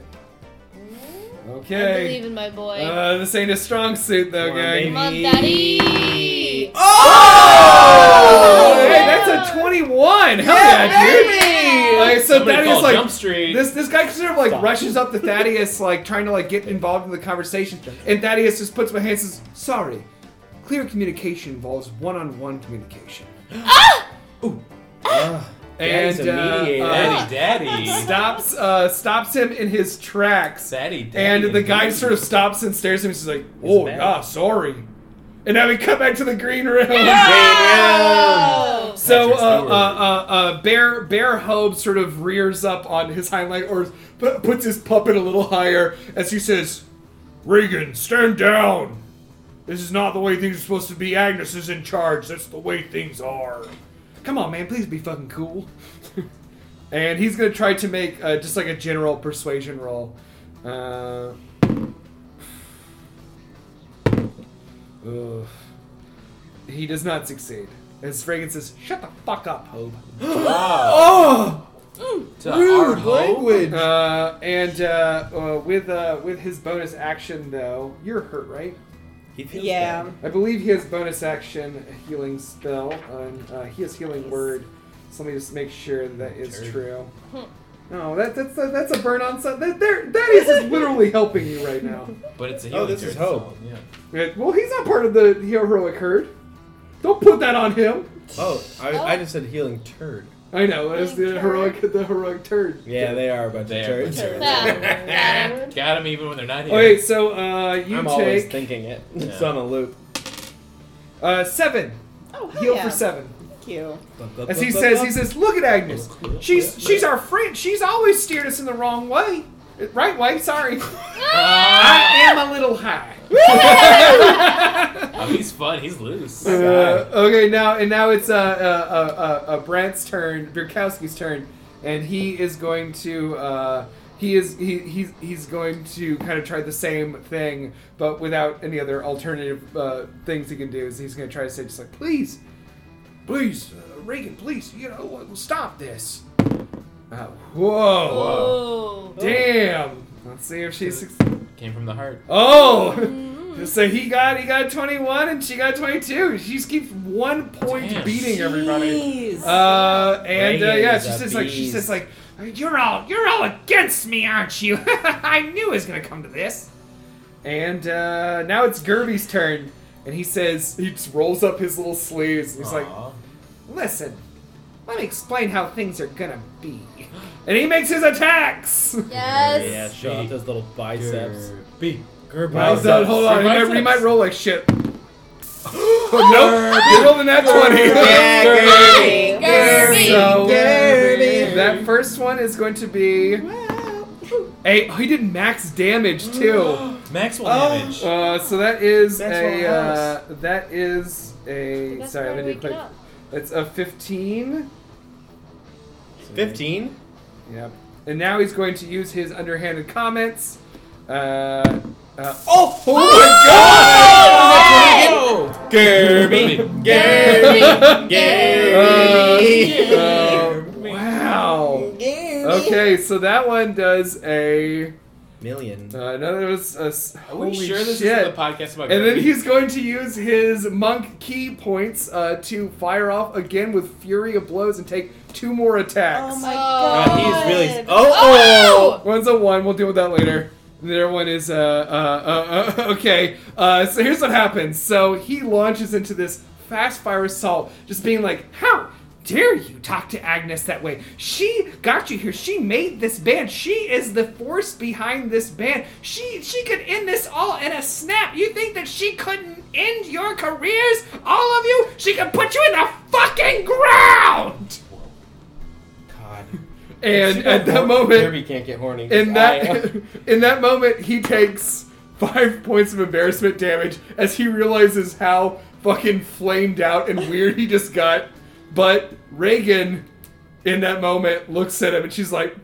Speaker 5: Mm-hmm. I
Speaker 2: Okay.
Speaker 5: believe in my boy.
Speaker 2: Uh, this ain't a strong suit though,
Speaker 3: Come on,
Speaker 2: gang.
Speaker 5: Come on, daddy.
Speaker 2: Oh,
Speaker 5: Oh!
Speaker 2: hey, that's a 21. Hell yeah, dude. Like, so
Speaker 4: Somebody
Speaker 2: Thaddeus
Speaker 4: call
Speaker 2: like
Speaker 4: Jump Street.
Speaker 2: this this guy sort of like
Speaker 3: Stop.
Speaker 2: rushes up to Thaddeus like trying to like get involved in the conversation, and Thaddeus just puts my hands and says, "Sorry, clear communication involves one-on-one communication." Uh,
Speaker 3: Daddy's
Speaker 2: And,
Speaker 3: a
Speaker 2: uh,
Speaker 3: mediator.
Speaker 2: uh, (laughs)
Speaker 4: Daddy, daddy,
Speaker 2: Stops uh, stops him in his tracks,
Speaker 4: daddy, daddy.
Speaker 2: and the guy sort of stops and stares at him. He's like, "Oh
Speaker 3: mad.
Speaker 2: yeah, sorry." And now we cut back to the green room.
Speaker 5: Oh.
Speaker 2: So uh,
Speaker 4: Patrick
Speaker 2: uh,
Speaker 4: Stewart.
Speaker 2: uh, uh, Bear Bear Hope sort of rears up on his hind leg or pu- puts his puppet a little higher as he says, "Regan, stand down. This is not the way things are supposed to be. Agnes is in charge. That's the way things are. Come on, man. Please be fucking cool." (laughs) and he's gonna try to make uh, just like a general persuasion roll. Uh, (sighs) ugh. He does not succeed. As Fragan says, "Shut the fuck up,
Speaker 3: (laughs)
Speaker 2: Hope."
Speaker 4: Wow.
Speaker 2: Oh,
Speaker 4: To our hoe?
Speaker 2: Uh, and uh, uh, with uh, with his bonus action though, you're hurt, right?
Speaker 3: He feels
Speaker 6: Yeah.
Speaker 3: bad.
Speaker 2: I believe he has bonus action healing spell. Um, uh, he has healing word. So let me just make sure that, that is
Speaker 3: Turd.
Speaker 2: true. No, that, that's a, that's a burn on sun. That there, Thaddeus is literally helping you right now.
Speaker 4: But it's a healing
Speaker 3: Oh, this is
Speaker 4: turn, so,
Speaker 3: hope.
Speaker 4: yeah.
Speaker 2: Yeah, Well, he's not part of the heroic herd. Don't put that on him.
Speaker 3: Oh, I, I just said healing turd.
Speaker 2: I know, as the heroic the heroic turd.
Speaker 3: Yeah, they are a bunch
Speaker 4: They
Speaker 3: of
Speaker 4: are a bunch
Speaker 3: turds.
Speaker 4: of turds.
Speaker 5: That-
Speaker 4: Got him even when they're not here.
Speaker 2: Okay, so uh, you
Speaker 3: I'm always
Speaker 2: take
Speaker 3: thinking it. It's
Speaker 4: Yeah.
Speaker 3: on a loop.
Speaker 2: uh, seven.
Speaker 6: Oh, hell
Speaker 2: Heal
Speaker 6: yeah.
Speaker 2: for seven.
Speaker 6: Thank you.
Speaker 2: As he says, he says, "Look at Agnes. She's she's our friend. She's always steered us in the wrong way, right way. Sorry, I am a little high."
Speaker 4: Oh, he's fun. He's loose.
Speaker 2: Uh, okay, now and now it's uh, uh, uh, uh, uh, Brant's turn, Birkowski's turn, and he is going to uh, he is he, he's he's going to kind of try the same thing, but without any other alternative uh, things he can do. Is he's going to try to say just like, please, please, uh, Reagan, please, you know, uh, stop this. Uh, whoa,
Speaker 5: Oh.
Speaker 2: damn. Let's see if she's.
Speaker 4: Came from the heart.
Speaker 2: Oh, (laughs) so he got he got 21 and she got 22. She just keeps one point
Speaker 4: Damn.
Speaker 2: beating everybody.
Speaker 6: Jeez.
Speaker 2: Uh, and uh,
Speaker 3: Reagan
Speaker 2: yeah,
Speaker 3: is
Speaker 2: she
Speaker 3: a
Speaker 2: says like she
Speaker 3: beast.
Speaker 2: says like you're all you're all against me, aren't you? (laughs) I knew it was gonna come to this. And uh, now it's Gerby's turn, and he says he just rolls up his little sleeves. He's like,
Speaker 4: Aw.
Speaker 2: "Listen, let me explain how things are gonna be." And he makes his attacks. (laughs)
Speaker 5: Yes.
Speaker 3: yeah, show off those little biceps.
Speaker 4: B.
Speaker 3: Gerber.
Speaker 2: Well done. Hold on. He might, he
Speaker 4: Biceps.
Speaker 2: might roll like shit. (gasps) oh, nope. You rolled in that 20. (laughs)
Speaker 6: Gerby.
Speaker 5: Gerby.
Speaker 2: So,
Speaker 3: Gerby.
Speaker 2: that first one is going to be. A, oh, he did max
Speaker 5: (gasps)
Speaker 2: damage too.
Speaker 4: Maxwell damage.
Speaker 2: (laughs) Uh, so that is
Speaker 3: That's
Speaker 2: a.
Speaker 3: what
Speaker 2: Uh, that is a.
Speaker 5: That's
Speaker 2: sorry,
Speaker 5: where
Speaker 2: let me do a
Speaker 5: we
Speaker 2: quick.
Speaker 5: get up.
Speaker 2: It's a 15.
Speaker 3: 15?
Speaker 2: Yep. And now he's going to use his underhanded comments. Uh, uh, oh, oh my god!
Speaker 4: oh!
Speaker 3: Gerby.
Speaker 5: Gerby.
Speaker 2: Uh, uh, wow. Okay, so that one does a. Uh,
Speaker 3: Million.
Speaker 2: another was a. s-
Speaker 4: Are we
Speaker 2: holy
Speaker 4: sure this
Speaker 2: shit.
Speaker 4: is the podcast about
Speaker 2: And then
Speaker 4: Gerby?
Speaker 2: he's going to use his monk key points uh, to fire off again with fury of blows and take two more attacks.
Speaker 6: Oh my
Speaker 5: Oh.
Speaker 6: god.
Speaker 3: Uh, he's really.
Speaker 6: Oh.
Speaker 3: Oh!
Speaker 5: Oh!
Speaker 2: One's a one. We'll deal with that later. And the other one is, uh, uh, (laughs) uh, uh okay. Uh, so here's what happens. So he launches into this fast fire assault, just being like, how dare you talk to Agnes that way? She got you here. She made this band. She is the force behind this band. She she could end this all in a snap. You think that she couldn't end your careers, all of you? She could put you in the fucking ground.
Speaker 3: God.
Speaker 2: And at that
Speaker 3: Kirby
Speaker 2: moment,
Speaker 3: can't get horny. 'cause
Speaker 2: in that (laughs)
Speaker 3: I-
Speaker 2: in that moment, he takes five (laughs) points of embarrassment damage as he realizes how fucking flamed out and weird he just got. But Reagan, in that moment, looks at him and she's like,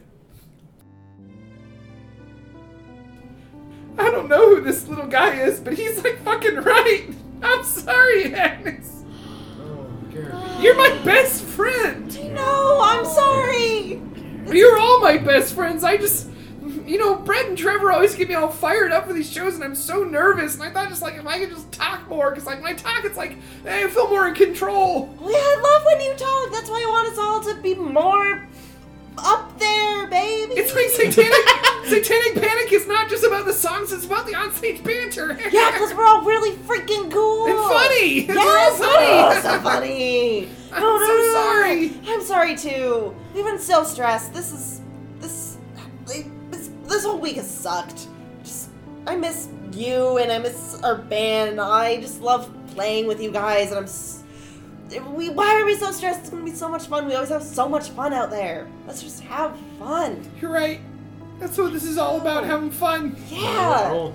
Speaker 2: "I don't know who this little guy is, but he's like fucking right. I'm sorry, Agnes. You're my best friend."
Speaker 6: No, Oh,
Speaker 2: Oh.
Speaker 6: I'm sorry.
Speaker 2: You're all my best friends. I just, you know, Brett and Trevor always get me all fired up for these shows, and I'm so nervous. And I thought, just like, if I could just talk more, because like when I talk, it's like hey, I feel more in control.
Speaker 6: Yeah, I love when you talk. That's why I want us all to be more up there, baby.
Speaker 2: It's like
Speaker 6: (laughs)
Speaker 2: satanic, satanic panic is not just about the songs; it's about the onstage banter. (laughs)
Speaker 6: yeah, because we're all really freaking cool
Speaker 2: and funny. (laughs) It's all
Speaker 6: Yes,
Speaker 2: funny. (laughs)
Speaker 6: oh, so funny.
Speaker 2: I'm
Speaker 6: No, no,
Speaker 2: so
Speaker 6: no, no.
Speaker 2: sorry.
Speaker 6: I'm sorry too. We've been so stressed. This is this this, this whole week has sucked. Just I miss you and I miss our band. I just love playing with you guys and I'm. s- We why are we so stressed? It's gonna be so much fun. We always have so much fun out there. Let's just have fun.
Speaker 2: You're right. That's what this is all about: having fun.
Speaker 6: Yeah.
Speaker 4: Oh,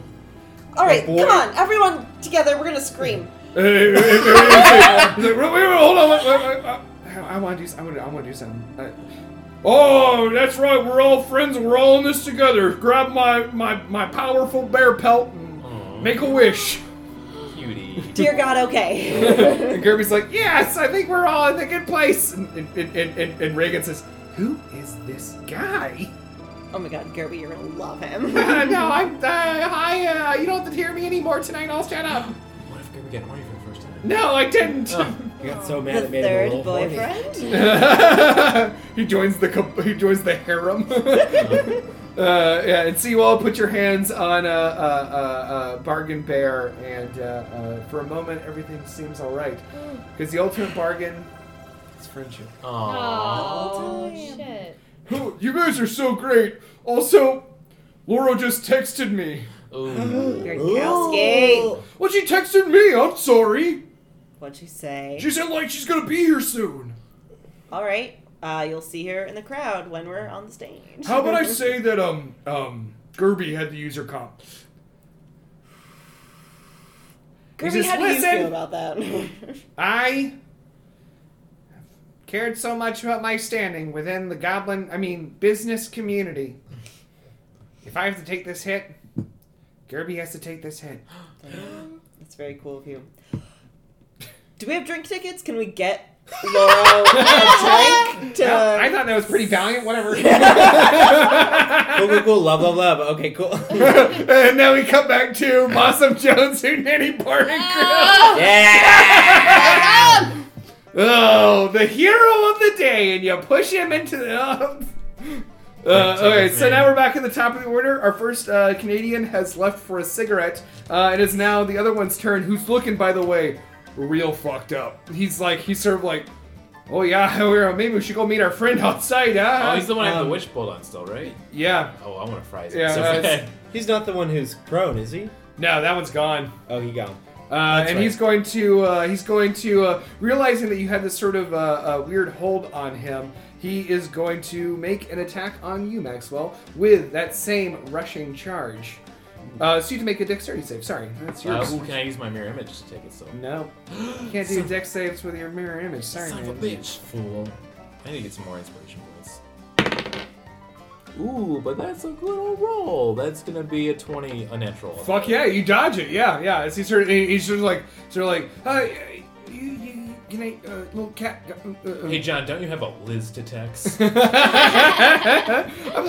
Speaker 6: All right,
Speaker 3: boy.
Speaker 6: come on, everyone together. We're gonna scream.
Speaker 2: Hey, hey, hey, hey, hey. He's like, wait, wait, wait, hold on. Wait, wait, wait, I, want to do. I want to. I want to do something. I- oh, that's right. We're all friends. We're all in this together. Grab my my my powerful bear pelt and make a wish.
Speaker 4: Cutie.
Speaker 6: Dear God, okay. (laughs)
Speaker 2: And Kirby's like, yes, I think we're all in the good place. And and, and, and, and Reagan says, who is this guy? (laughs)
Speaker 6: oh my God, Gerby, you're gonna love him. (laughs)
Speaker 2: Uh, no, I'm. Uh, hi. Uh, you don't have to hear me anymore tonight. I'll shut up.
Speaker 4: What if we get horny for the first time?
Speaker 2: No, I didn't.
Speaker 4: Oh. (laughs)
Speaker 3: You got so mad
Speaker 6: the
Speaker 3: it made him a little
Speaker 6: third
Speaker 3: horny.
Speaker 6: boyfriend.
Speaker 2: (laughs) he joins the co- he joins the harem. (laughs) uh, yeah, and so you all put your hands on a, a, a, a bargain bear, and uh, uh, for a moment everything seems all right because the ultimate bargain is friendship.
Speaker 5: Oh, shit.
Speaker 2: Oh, you guys are so great. Also, Laura just texted me.
Speaker 4: Ooh.
Speaker 6: Gronkowski.
Speaker 2: Well, she texted me. I'm sorry.
Speaker 6: What'd you say?
Speaker 2: She said like she's gonna be here soon.
Speaker 6: All right. Uh, you'll see her in the crowd when we're on the stage.
Speaker 2: How about I say that um um Gerby had the user comp.
Speaker 6: Kirby,
Speaker 2: Just
Speaker 6: how do you
Speaker 2: listen.
Speaker 6: feel about that? (laughs)
Speaker 2: I cared so much about my standing within the goblin, I mean, business community. If I have to take this hit, Gerby has to take this hit.
Speaker 6: That's very cool of you. Do we have drink tickets? Can we get Laura a
Speaker 2: (laughs)
Speaker 6: drink? To...
Speaker 2: Well, I thought that was pretty valiant, whatever. (laughs)
Speaker 3: Cool, cool, cool. Love, love, love. Okay, cool.
Speaker 2: (laughs)
Speaker 3: (laughs)
Speaker 2: and now we come back to Blossom Jones, who Nanny Bar and Grill.
Speaker 3: yeah.
Speaker 2: Oh, the hero of the day, and you push him into the. (laughs) Uh, okay, so now we're back at the top of the order. Our first uh, Canadian has left for a cigarette. Uh, it is now the other one's turn, who's looking, by the way, real fucked up. He's like, he's sort of like, oh yeah, (laughs) we're- maybe we should go meet our friend outside, huh?
Speaker 4: Oh, he's the one I have the witch bolt on still, right?
Speaker 2: yeah.
Speaker 4: Oh, I want to fry
Speaker 2: um, Yeah, that's-
Speaker 4: it.
Speaker 3: He's not the one who's prone, is he?
Speaker 2: No, that one's gone.
Speaker 3: Oh, he gone.
Speaker 2: Uh, and
Speaker 3: right.
Speaker 2: he's going to uh, he's going to uh, realizing that you had this sort of uh, uh, weird hold on him. He is going to make an attack on you, Maxwell, with that same rushing charge. Uh, so you can make a dexterity save. Sorry, that's (laughs)
Speaker 4: Uh,
Speaker 2: yours.
Speaker 4: ooh, can I use my mirror image to take it still?
Speaker 2: No, you can't
Speaker 4: (gasps)
Speaker 2: do dex saves with your mirror image. Sorry,
Speaker 4: Son of a
Speaker 2: man.
Speaker 4: bitch. Fool. I need to get some more inspiration points. Ooh, but that's a little roll. That's gonna be a 20, a natural.
Speaker 2: Fuck yeah, you dodge it. Yeah, yeah. As he's sort of, he- he's sort of like sort of like uh, you, you, can I uh, little cat. uh, uh, uh,
Speaker 4: Hey, John, don't you have a Liz
Speaker 2: (laughs)
Speaker 4: to text?
Speaker 2: I'm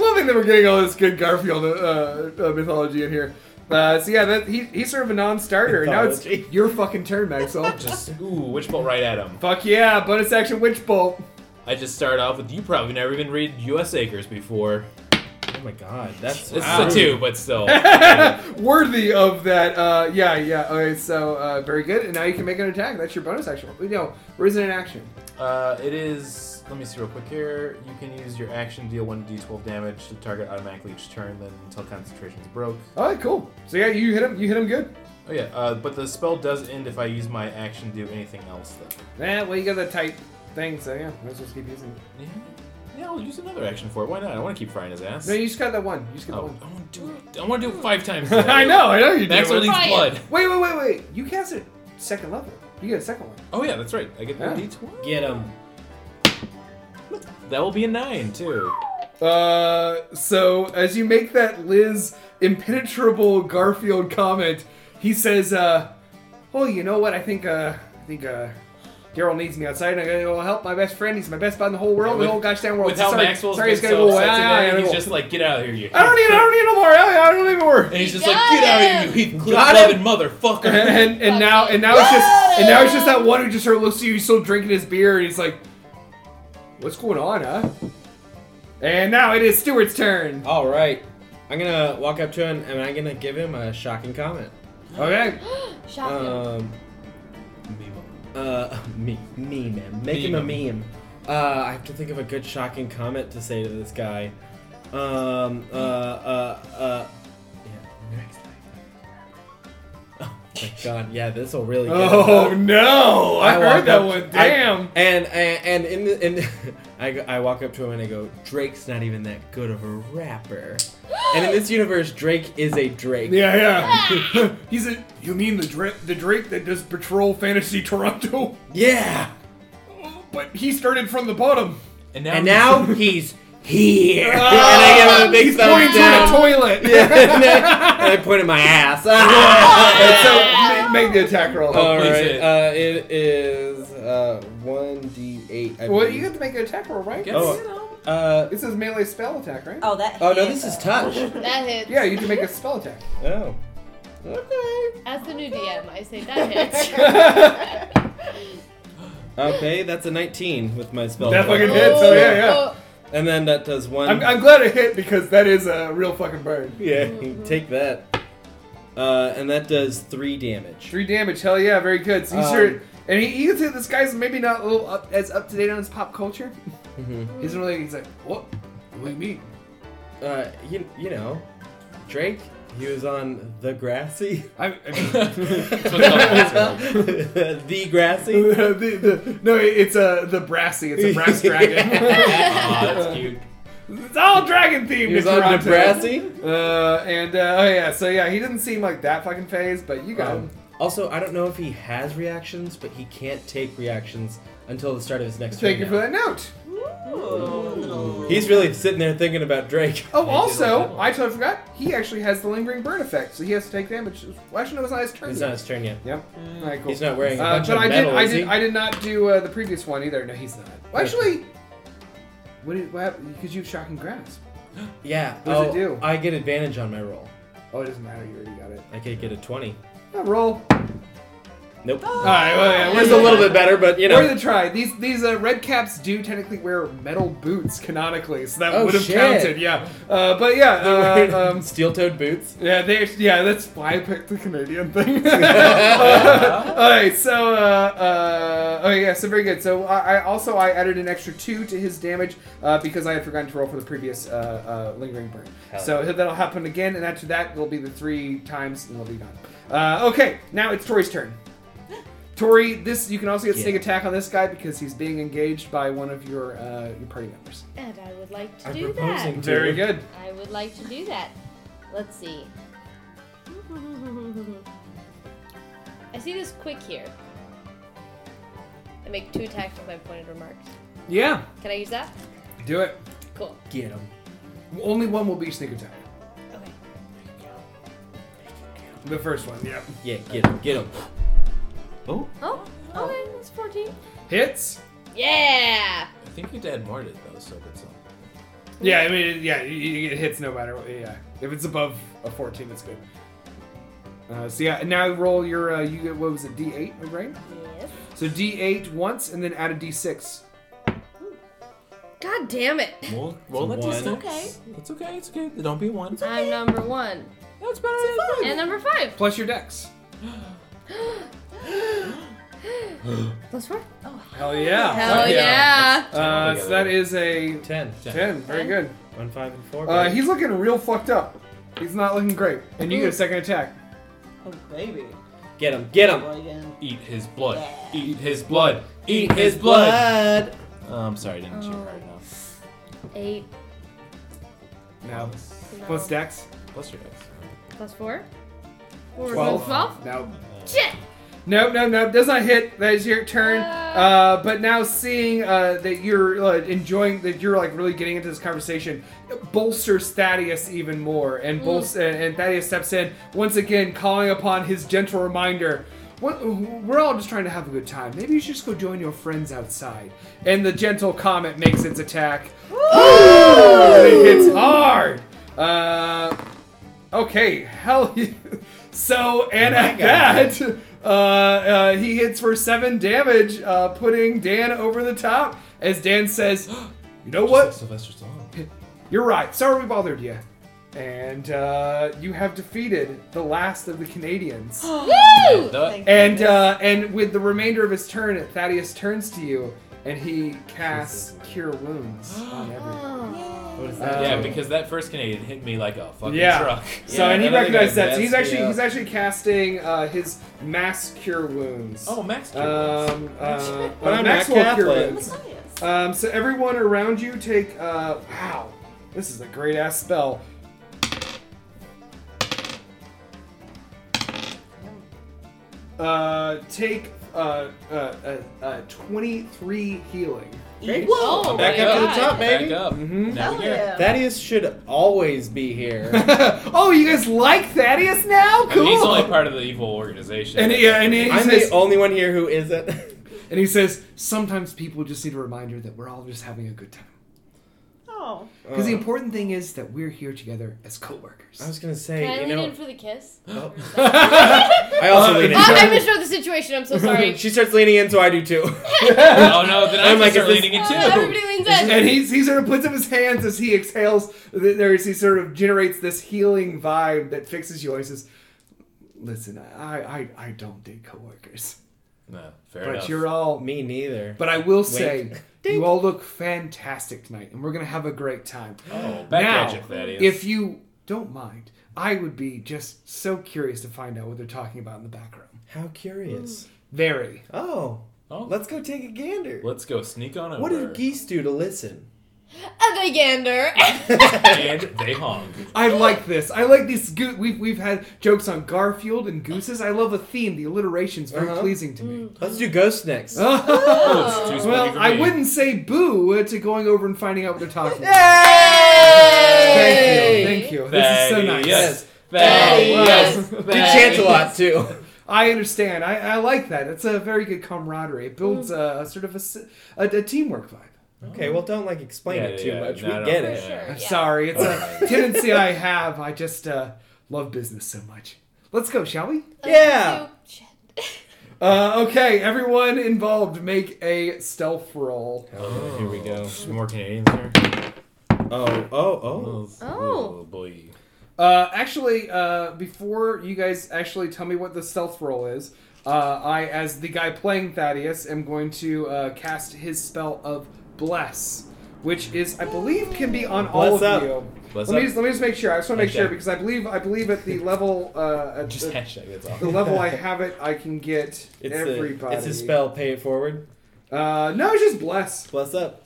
Speaker 2: loving that we're getting all this good Garfield uh, uh, mythology in here. Uh, so yeah, that, he, he's sort of a non-starter. Now it's
Speaker 3: Mythology.
Speaker 2: your fucking turn, Maxwell.
Speaker 4: just, ooh, witch bolt right at him.
Speaker 2: Fuck yeah, bonus action witch bolt.
Speaker 4: I just start off with you probably never even read U.S. Acres before. I'm
Speaker 3: Oh my god, that's
Speaker 4: It's
Speaker 3: wow.
Speaker 4: a two, but still.
Speaker 2: (laughs) Worthy of that. Uh, yeah, yeah. Okay, so uh, very good. And now you can make an attack. That's your bonus action. You know, risen in action.
Speaker 4: Uh, it is. Let me see real quick here. You can use your action to deal 1d12 damage to the target automatically each turn, then until concentration is broke.
Speaker 2: All right, cool. So yeah, you hit him. You hit him good.
Speaker 4: Oh yeah, uh, but the spell does end if I use my action to do anything else. Though.
Speaker 2: Nah, Eh, well, you got the tight thing, so yeah, let's just keep using. it.
Speaker 4: Yeah, yeah, I'll use another action for it. Why not? I want to keep frying his ass.
Speaker 2: No, you just got that one. You just got
Speaker 4: oh,
Speaker 2: that one. (laughs)
Speaker 4: I want to do it. I want to do it five times.
Speaker 2: I know, I know you
Speaker 4: Max
Speaker 2: do.
Speaker 4: release
Speaker 5: Fry it.
Speaker 4: blood.
Speaker 2: Wait, wait, wait, wait. You cast it second level. You get a second one.
Speaker 4: Oh yeah, that's right. I get the
Speaker 2: Yeah.
Speaker 4: d12.
Speaker 3: Get him.
Speaker 4: That will be a nine too.
Speaker 2: Uh, so as you make that Liz impenetrable Garfield comment, he says, uh, "Oh, you know what? I think, uh, I think, uh, Daryl needs me outside, and I'm gonna go help my best friend. He's my best bud in the whole world,
Speaker 4: With-
Speaker 2: the whole gosh damn world."
Speaker 4: With how
Speaker 2: sorry,
Speaker 4: Maxwell's
Speaker 2: sorry,
Speaker 4: been
Speaker 2: he's gonna
Speaker 4: so
Speaker 2: go away.
Speaker 4: upset
Speaker 2: Ah,
Speaker 4: today,
Speaker 2: yeah,
Speaker 4: he's
Speaker 2: yeah,
Speaker 4: just
Speaker 2: yeah.
Speaker 4: like, get out of here, you.
Speaker 2: I don't need, I don't need no more. Yeah, yeah, I don't need no
Speaker 4: (laughs)
Speaker 2: more.
Speaker 4: And (laughs) he's
Speaker 5: Ah, You
Speaker 4: just like,
Speaker 5: got
Speaker 4: get out
Speaker 5: him.
Speaker 4: of here, you
Speaker 2: (laughs)
Speaker 4: Heathcliff
Speaker 2: Got
Speaker 4: loving
Speaker 2: him. (laughs)
Speaker 4: motherfucker.
Speaker 2: and, and now and now it's just and now it's just that one who just sort of looks at you, he's still drinking his beer, and he's like, "What's going on, huh?" And now it is Stewart's turn.
Speaker 3: All right, I'm gonna walk up to him and I'm gonna give him a shocking comment.
Speaker 2: Okay,
Speaker 5: Shot him.
Speaker 3: Um, uh, (laughs) me, meme, man. make him a meme. Uh, I have to think of a good shocking comment to say to this guy. Um, uh, uh, uh. yeah, next time. Oh my
Speaker 2: (laughs)
Speaker 3: God, yeah, this will really. Get him.
Speaker 2: Oh no! I,
Speaker 3: walk
Speaker 2: heard that
Speaker 3: uh, up-
Speaker 2: one.
Speaker 3: I-
Speaker 2: Damn.
Speaker 3: and, and and in the (laughs) in, I, go- I walk up to him and I go, Drake's not even that good of a rapper. and
Speaker 2: (gasps)
Speaker 3: in this universe, Drake is a Drake.
Speaker 2: yeah, yeah.
Speaker 3: (laughs)
Speaker 2: (laughs) He's a. You mean the Drake, the Drake that does patrol fantasy Toronto? (laughs)
Speaker 3: Yeah.
Speaker 2: But he started from the bottom.
Speaker 4: And now,
Speaker 3: And now (laughs) he's
Speaker 2: (laughs)
Speaker 3: here. and
Speaker 2: Ah,
Speaker 3: I give him a big
Speaker 2: He's
Speaker 3: thumbs
Speaker 2: pointing
Speaker 3: down.
Speaker 2: toward a toilet.
Speaker 3: and, then, and I point at my
Speaker 2: (laughs)
Speaker 3: ass. (laughs)
Speaker 2: And so ma- make the attack roll.
Speaker 3: All
Speaker 4: please
Speaker 3: right.
Speaker 4: hit.
Speaker 3: Uh, it is uh, one d eight. I
Speaker 2: well,
Speaker 3: believe.
Speaker 2: you have to make an attack roll, right?
Speaker 4: Yes.
Speaker 3: Oh. Uh,
Speaker 2: This is melee spell attack, right?
Speaker 6: Oh, that.
Speaker 3: oh no,
Speaker 6: hit.
Speaker 3: this is touch.
Speaker 5: That hits.
Speaker 2: Yeah, you can make a spell
Speaker 3: (laughs)
Speaker 2: attack. (laughs)
Speaker 3: Oh. Okay.
Speaker 5: As the new DM, I say that
Speaker 2: (laughs)
Speaker 5: hits.
Speaker 3: Okay, that's a nineteen with my spell.
Speaker 2: That
Speaker 3: check.
Speaker 2: fucking hit. hits, oh, yeah, yeah.
Speaker 5: Oh,
Speaker 3: And then that does one.
Speaker 2: I'm, I'm glad it hit because that is a real fucking burn.
Speaker 3: yeah, (laughs) take that. Uh, and that does three damage.
Speaker 2: Three damage. Hell yeah, very good. So you
Speaker 3: Um,
Speaker 2: sure. And he, you can see this guy's maybe not a little up, as up to date on his pop culture.
Speaker 3: Mhm.
Speaker 2: He's really he's like, what? What do you mean?
Speaker 3: Uh, you, you know, Drake. He was on
Speaker 2: (laughs)
Speaker 3: the grassy.
Speaker 2: I, I
Speaker 4: (laughs)
Speaker 2: mean,
Speaker 4: (laughs)
Speaker 3: (laughs)
Speaker 4: That's what's up, Maxwell.
Speaker 3: the grassy.
Speaker 2: the, the, no, it's a the brassy. It's a brass dragon. (laughs)
Speaker 4: Aw, that's cute.
Speaker 2: it's all dragon themed.
Speaker 3: He was
Speaker 2: in
Speaker 3: on the
Speaker 2: Toronto.
Speaker 3: grassy.
Speaker 2: Uh, and uh, oh yeah, so yeah, he didn't seem like that fucking phased, but you got
Speaker 3: Um,
Speaker 2: him.
Speaker 3: also, I don't know if he has reactions, but he can't take reactions until the start of his next
Speaker 2: Thank
Speaker 3: turn
Speaker 2: you for
Speaker 3: now.
Speaker 2: that note.
Speaker 3: He's really sitting there thinking about Drake. (laughs)
Speaker 2: Oh,
Speaker 4: did like that
Speaker 2: also,
Speaker 4: one.
Speaker 2: I totally forgot. He actually has the lingering burn effect, so he has to take damage. Well, actually, no, it's not his turn.
Speaker 3: It's
Speaker 2: yet.
Speaker 3: not his turn yet.
Speaker 2: Yep. All right, cool.
Speaker 3: He's not wearing a
Speaker 2: Uh,
Speaker 3: bunch
Speaker 2: but
Speaker 3: of
Speaker 2: I
Speaker 3: metal,
Speaker 2: did. I
Speaker 3: is
Speaker 2: did.
Speaker 3: he?
Speaker 2: I did not do uh, the previous one either. No, he's not. Well, actually, what? Did, what happened? Because you have shocking grasp.
Speaker 3: yeah.
Speaker 2: What does it
Speaker 3: oh,
Speaker 2: do?
Speaker 3: I get advantage on my roll.
Speaker 2: Oh, it doesn't matter. You already got it.
Speaker 3: I could get a twenty.
Speaker 2: Yeah, roll.
Speaker 3: Nope.
Speaker 2: All right. Well, yeah,
Speaker 3: It's a little bit better, but you know.
Speaker 2: Worth a try. These these uh, red caps do technically wear metal boots canonically, so that
Speaker 3: Oh,
Speaker 2: would have
Speaker 3: shit.
Speaker 2: counted. Yeah. Uh, but yeah.
Speaker 3: (laughs)
Speaker 2: Uh, um,
Speaker 3: Steel-toed boots.
Speaker 2: Yeah, they actually, yeah, that's why I picked the Canadian thing. (laughs) all right, so uh, uh, oh yeah, so very good. So I, I also I added an extra two to his damage uh, because I had forgotten to roll for the previous uh, uh, lingering burn.
Speaker 3: Hell
Speaker 2: so that'll happen again, and after that it'll be the three times and it'll be done. Uh, okay, now it's Tori's
Speaker 3: (gasps)
Speaker 2: turn. Tori, this you can also get sneak
Speaker 3: Yeah.
Speaker 2: attack on this guy because he's being engaged by one of your uh, your party members.
Speaker 5: and I would like to
Speaker 3: I'm
Speaker 5: do that.
Speaker 3: proposing.
Speaker 2: Very good.
Speaker 5: I would like to do that. Let's see. I see this quick here. I make two attacks with my pointed remarks.
Speaker 2: Yeah,
Speaker 5: Can I use that?
Speaker 2: do it.
Speaker 5: Cool.
Speaker 3: Get him.
Speaker 2: Only one will be sneak attack.
Speaker 5: Okay.
Speaker 2: The first one, yeah.
Speaker 3: Yeah, get him. Get him.
Speaker 4: Oh,
Speaker 5: Oh, okay, that's 14.
Speaker 2: Hits.
Speaker 5: Yeah!
Speaker 4: I think your dad more did though, so that's all.
Speaker 2: Yeah, I mean, yeah, you- you- it hits no matter what. Yeah, if it's above a fourteen, it's good. Uh, so yeah, now roll your uh, you get what was it D eight right?
Speaker 5: Yes.
Speaker 2: So D eight once and then add a D six.
Speaker 5: God damn it.
Speaker 4: We'll, we'll let
Speaker 3: It's a
Speaker 4: you
Speaker 3: one.
Speaker 4: know.
Speaker 5: Okay.
Speaker 4: It's okay. It's okay. Don't be one.
Speaker 5: (laughs) I'm number one.
Speaker 4: That's better than
Speaker 5: And number five.
Speaker 2: Plus your dex.
Speaker 5: Plus four.
Speaker 2: Hell Ah, yeah.
Speaker 5: Hell yeah.
Speaker 2: Uh, so that is a
Speaker 3: Ten.
Speaker 2: ten. Very good.
Speaker 3: One, five, and four.
Speaker 2: Uh,
Speaker 3: baby.
Speaker 2: he's looking real fucked up. He's not looking great. And you get a second attack.
Speaker 6: Oh, baby.
Speaker 3: Get him. Get him.
Speaker 6: Well, again.
Speaker 4: Eat his blood. Eat his blood. Eat his blood. Uh, I'm sorry, I didn't cheer right now.
Speaker 5: Eight.
Speaker 2: Now,
Speaker 5: No.
Speaker 2: plus dex.
Speaker 4: Plus your dice.
Speaker 5: Plus four. Four
Speaker 2: Twelve.
Speaker 5: Twelve.
Speaker 2: No.
Speaker 5: Shit.
Speaker 2: Nope, no, no. Does not hit. That is your turn. Uh, but now seeing uh, that you're uh, enjoying, that you're like really getting into this conversation, it bolsters Thaddeus even more. And, bolst- and, and Thaddeus steps in, once again, calling upon his gentle reminder. "What- We're all just trying to have a good time. Maybe you should just go join your friends outside. And the gentle comet makes its attack. It hits hard. Uh, okay, hell (laughs) yeah. So, and at that, uh, uh, he hits for seven damage, uh, putting Dan over the top. As Dan says, (gasps) You know what?
Speaker 4: Sylvester Stallone.
Speaker 2: You're right. Sorry we bothered you. And uh, you have defeated the last of the Canadians.
Speaker 5: (gasps) Woo!
Speaker 4: The
Speaker 2: And uh, and with the remainder of his turn, Thaddeus turns to you and he casts Cure Wounds on everyone.
Speaker 3: What is that?
Speaker 4: yeah,
Speaker 2: Um,
Speaker 4: because that first Canadian hit me like a fucking
Speaker 2: Yeah.
Speaker 4: truck.
Speaker 2: So
Speaker 3: Yeah,
Speaker 2: and he
Speaker 3: I don't think
Speaker 2: recognized
Speaker 3: I
Speaker 2: that. So he's
Speaker 3: messed
Speaker 2: actually
Speaker 3: it
Speaker 2: he's
Speaker 3: up.
Speaker 2: actually casting uh, his mass cure wounds.
Speaker 4: Oh, Max. did this.
Speaker 2: Um,
Speaker 3: (laughs)
Speaker 2: uh,
Speaker 3: But
Speaker 2: uh,
Speaker 3: I'm not
Speaker 2: Maxwell cure
Speaker 3: Catholic.
Speaker 2: wounds.
Speaker 6: Matthias.
Speaker 2: Um, so everyone around you take. Uh, wow, this is a great ass spell. Uh, take uh, uh, uh, uh, 23 healing.
Speaker 3: Great.
Speaker 5: Whoa.
Speaker 3: I'm back up to the
Speaker 5: Oh God.
Speaker 3: top, baby.
Speaker 4: Back up. Now
Speaker 6: Hell
Speaker 4: we're here.
Speaker 6: yeah.
Speaker 3: Thaddeus should always be here.
Speaker 2: (laughs) oh, you guys like Thaddeus now?
Speaker 4: I
Speaker 2: Cool.
Speaker 4: mean, he's only part of the evil organization.
Speaker 2: and, he, uh, and, (laughs) he
Speaker 3: I'm the
Speaker 2: says,
Speaker 3: only one here who
Speaker 2: (laughs)
Speaker 3: isn't.
Speaker 2: and he says, sometimes people just need a reminder that we're all just having a good time.
Speaker 6: Oh.
Speaker 2: Because the
Speaker 3: Uh,
Speaker 2: important thing is that we're here together as co-workers.
Speaker 3: I was gonna
Speaker 5: Can I
Speaker 3: say, you
Speaker 5: lean
Speaker 3: know,
Speaker 5: in for the kiss? (laughs)
Speaker 3: oh. I
Speaker 2: Uh,
Speaker 3: also lean in.
Speaker 5: Oh, I misread the situation. I'm so sorry.
Speaker 3: she starts leaning in, so I do too.
Speaker 4: oh (laughs)
Speaker 2: (laughs)
Speaker 4: no, then I'm
Speaker 3: I'm like,
Speaker 4: like start
Speaker 3: is this-
Speaker 4: leaning in
Speaker 5: Oh,
Speaker 4: too.
Speaker 5: everybody leans in.
Speaker 2: and he's, he sort of puts up his hands as he exhales. th- There's he sort of generates this healing vibe that fixes you. He says, "Listen, I I, I don't date coworkers,
Speaker 4: No, fair
Speaker 2: but
Speaker 4: enough. Oh,
Speaker 2: you're all.
Speaker 3: Me neither.
Speaker 2: But I will say,
Speaker 3: Wink.
Speaker 2: you all look fantastic tonight, and we're gonna have a great time.
Speaker 4: oh, back
Speaker 2: now,
Speaker 4: at you, Thaddeus.
Speaker 2: if you don't mind, I would be just so curious to find out what they're talking about in the back room.
Speaker 3: How curious.
Speaker 2: Very.
Speaker 3: Oh,
Speaker 4: oh, let's,
Speaker 3: let's go take a gander.
Speaker 4: go sneak on over.
Speaker 3: What did geese do to listen?
Speaker 5: A gander.
Speaker 4: and they honk.
Speaker 2: I like (laughs) this. I like these. Go- we've we've had jokes on Garfield and gooses. I love a theme. The alliteration's very
Speaker 3: Uh-huh.
Speaker 2: pleasing to me.
Speaker 4: Mm.
Speaker 2: (laughs)
Speaker 3: Let's do ghosts next.
Speaker 4: Oh, it's too sweaty
Speaker 2: well,
Speaker 4: for
Speaker 2: I
Speaker 4: me.
Speaker 2: wouldn't say boo uh, to going over and finding out what they're talking about.
Speaker 5: Yay!
Speaker 2: Thank you. Thank you. This is so nice.
Speaker 4: Yes.
Speaker 5: Thaddeus.
Speaker 4: Yes.
Speaker 2: Wow.
Speaker 3: Did chant a lot too.
Speaker 2: I understand. I, I like that. It's a very good camaraderie. It builds
Speaker 4: Mm.
Speaker 2: a, sort of a, s- a- a teamwork vibe.
Speaker 3: (laughs) Okay, well, don't like explain
Speaker 4: Yeah,
Speaker 3: it too
Speaker 4: yeah,
Speaker 3: much.
Speaker 4: no,
Speaker 3: we
Speaker 4: no,
Speaker 3: get
Speaker 4: yeah,
Speaker 3: it.
Speaker 4: yeah.
Speaker 5: Sure.
Speaker 2: I'm sorry. It's a
Speaker 4: Alright.
Speaker 2: tendency I have. I just uh, love business so much. Let's go, shall we?
Speaker 3: Yeah.
Speaker 5: Shit.
Speaker 2: Uh, okay, everyone involved, make a stealth roll.
Speaker 4: Oh, here we go. More Canadians here.
Speaker 3: Oh, oh,
Speaker 5: Oh.
Speaker 4: boy.
Speaker 2: Uh, actually, uh, before you guys actually tell me what the stealth roll is, uh, I, as the guy playing Thaddeus, am going to uh, cast his spell of Bless, which is, I believe, can be on all of
Speaker 3: Bless up.
Speaker 2: you.
Speaker 4: Bless
Speaker 2: let me
Speaker 4: up.
Speaker 2: just, let me just make sure. I just want to make
Speaker 4: Okay.
Speaker 2: sure because I believe I believe at the level uh, at
Speaker 4: Just
Speaker 2: the,
Speaker 4: hashtag. That's all.
Speaker 2: the level
Speaker 4: (laughs)
Speaker 2: I have it, I can get
Speaker 3: It's
Speaker 2: everybody.
Speaker 3: A, it's a spell. Pay it forward.
Speaker 2: Uh, no, it's just Bless.
Speaker 3: Bless up.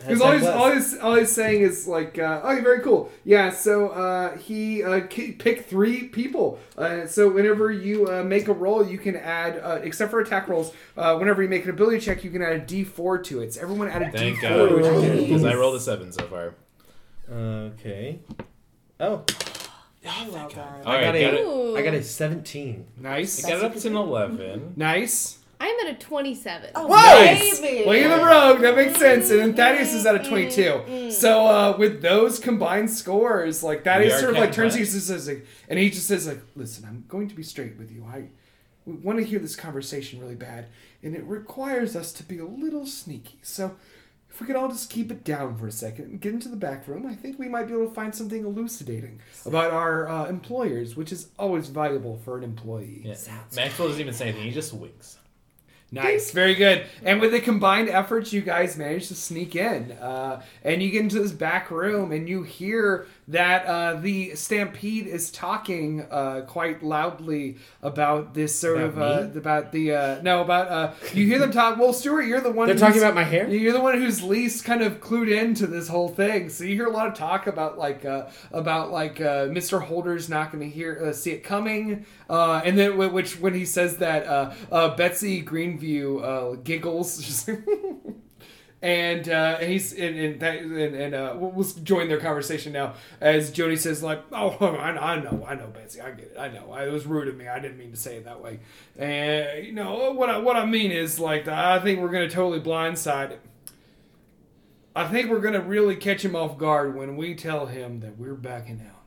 Speaker 2: Because all he's, all, he's, all he's saying is like, uh, okay, very cool. Yeah, so uh, he uh, k- pick three people. Uh, so whenever you uh, make a roll, you can add, uh, except for attack rolls, uh, whenever you make an ability check, you can add a D4 to it. So everyone add a
Speaker 4: Thank God.
Speaker 2: D4. Which is-
Speaker 4: Because I rolled a seven so far.
Speaker 3: Okay. Oh,
Speaker 6: well
Speaker 4: All
Speaker 6: done.
Speaker 4: right,
Speaker 3: got
Speaker 4: got,
Speaker 3: a-
Speaker 4: it.
Speaker 5: Ooh.
Speaker 3: I got a 17.
Speaker 2: nice,
Speaker 4: Got it up to an eleven.
Speaker 2: nice.
Speaker 5: I'm at a 27.
Speaker 6: Oh,
Speaker 2: Nice.
Speaker 6: baby.
Speaker 2: Well, you're the rogue. That makes sense. And then Thaddeus is at a 22. So uh, with those combined scores, like Thaddeus
Speaker 4: We are
Speaker 2: sort of like
Speaker 4: getting
Speaker 2: turns to you
Speaker 4: blessed.
Speaker 2: and says, like, and he just says like, "Listen, I'm going to be straight with you. I want to hear this conversation really bad, and it requires us to be a little sneaky. So If we could all just keep it down for a second and get into the back room, I think we might be able to find something elucidating about our uh, employers, which is always valuable for an employee.
Speaker 4: Yeah. Maxwell doesn't even say anything. He just winks.
Speaker 2: Nice, very good. And with the combined efforts, you guys manage to sneak in, uh, and you get into this back room, and you hear that uh, the stampede is talking uh, quite loudly about this sort
Speaker 3: About
Speaker 2: of uh, about the uh, no about uh, you hear them talk. Well, Stuart, you're the one
Speaker 3: They're talking
Speaker 2: who's-
Speaker 3: about my hair?
Speaker 2: You're the one who's least kind of clued into this whole thing, so you hear a lot of talk about like uh, about like uh, Mr. Holder's not going to hear uh, see it coming, uh, and then wh- which when he says that uh, uh, Betsy Greenview uh, giggles, (laughs) just like and uh, and he's and, and that and, and uh, we'll, we'll join their conversation now as Jody says like, "Oh, (laughs) I, I know, I know, Betsy, I get it, I know. I, it was rude of me. I didn't mean to say it that way." And you know what I what I mean is like, I think we're gonna totally blindside him. I think we're gonna really catch him off guard when we tell him that we're backing out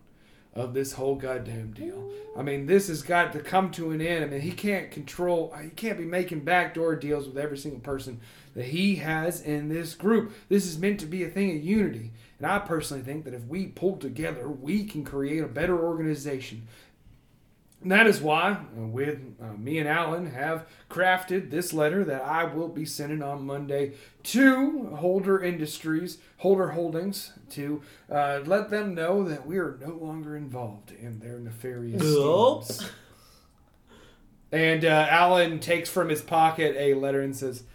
Speaker 2: of this whole goddamn deal. I mean, this has got to come to an end. I mean, he can't control, uh, he can't be making backdoor deals with every single person that he has in this group. This is meant to be a thing of unity. And I personally think that if we pull together, we can create a better organization. And that is why uh, with uh, me and Alan have crafted this letter that I will be sending on Monday to Holder Industries, Holder Holdings, to uh, let them know that we are no longer involved in their nefarious schemes. And uh, Alan takes from his pocket a letter and says,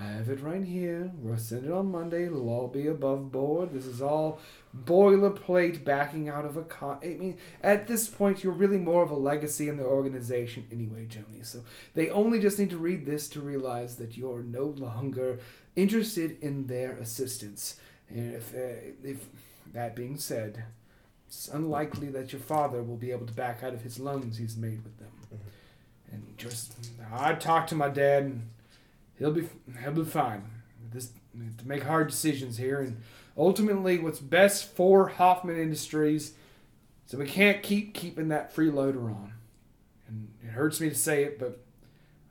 Speaker 2: I have it right here. We'll send it on Monday. It'll all be above board. This is all boilerplate backing out of a con. I mean, at this point, you're really more of a legacy in the organization anyway, Joni. So they only just need to read this to realize that you're no longer interested in their assistance. And if, uh, if that being said, it's unlikely that your father will be able to back out of his loans he's made with them. And just, I talked to my dad. and he'll be he'll be fine. This we have to make hard decisions here, and ultimately, what's best for Hoffman Industries. So we can't keep keeping that freeloader on, and it hurts me to say it, but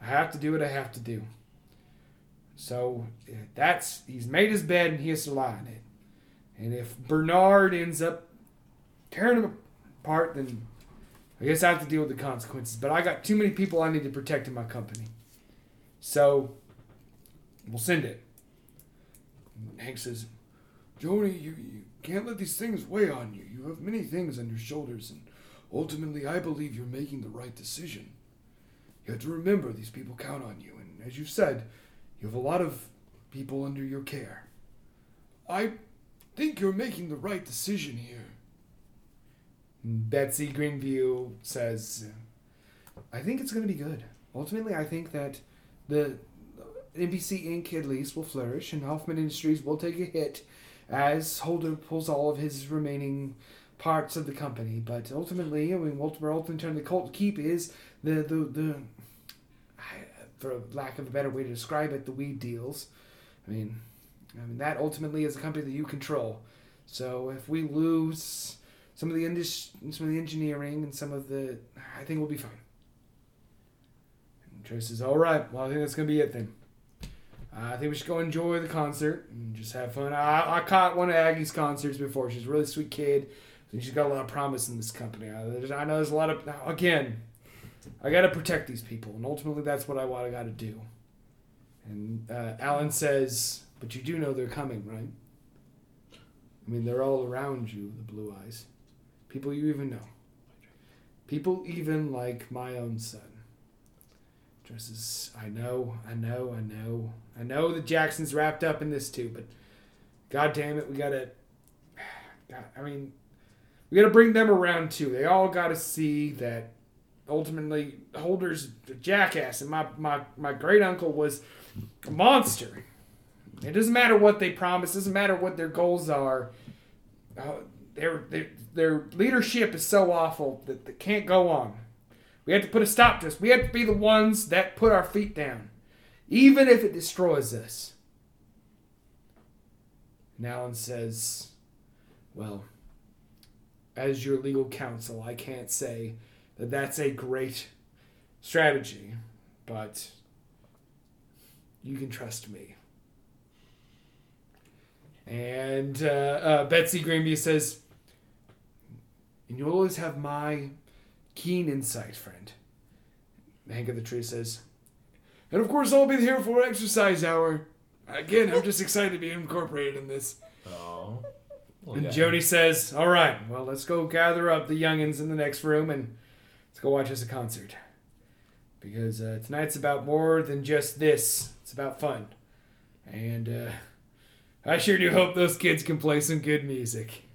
Speaker 2: I have to do what I have to do. So eh, that's he's made his bed and he has to lie in it. And if Bernard ends up tearing him apart, then I guess I have to deal with the consequences. But I got too many people I need to protect in my company. So we'll send it. And Hank says, Joni, you, you can't let these things weigh on you. You have many things on your shoulders, and ultimately, I believe you're making the right decision. You have to remember these people count on you, and as you've said, you have a lot of people under your care. I think you're making the right decision here. Betsy Greenview says, I think it's going to be good. Ultimately, I think that the NBC Inc. at least will flourish, and Hoffman Industries will take a hit as Holder pulls all of his remaining parts of the company. But ultimately, I mean, Walter ultimately turned the cult keep is the the the, I- for lack of a better way to describe it, the weed deals. I mean, I mean that ultimately is a company that you control. So if we lose some of the indus- some of the engineering and some of the, I think we'll be fine. And Trace says, "All right, well, I think that's gonna be it then. I think we should go enjoy the concert and just have fun. I, I caught one of Aggie's concerts before. She's a really sweet kid. And she's got a lot of promise in this company. I, there's- I know there's a lot of again. I gotta protect these people, and ultimately that's what I want. I gotta do. And uh, Alan says, "But you do know they're coming, right? I mean, they're all around you, the blue eyes, people you even know, people even like my own son." Dresses. I know, I know, I know, I know that Jackson's wrapped up in this too, but god damn it, we gotta. (sighs) God, I mean, we gotta bring them around too. They all gotta see that ultimately Holder's a jackass, and my my my great uncle was a monster. It doesn't matter what they promise. Doesn't matter what their goals are. Uh, their, their their leadership is so awful that they can't go on. We have to put a stop to this. We have to be the ones that put our feet down, even if it destroys us. And Alan says, Well, as your legal counsel, I can't say that that's a great strategy, but you can trust me. And uh, uh, Betsy Greenby says, And you'll always have my keen insight, friend. The Hank of the Tree says, And of course, I'll be here for exercise hour. Again, I'm just excited to be incorporated in this.
Speaker 4: Oh.
Speaker 2: And Jody says, All right, well, let's go gather up the youngins in the next room and let's go watch us a concert. Because uh, tonight's about more than just this, it's about fun. And uh, I sure do hope those kids can play some good music.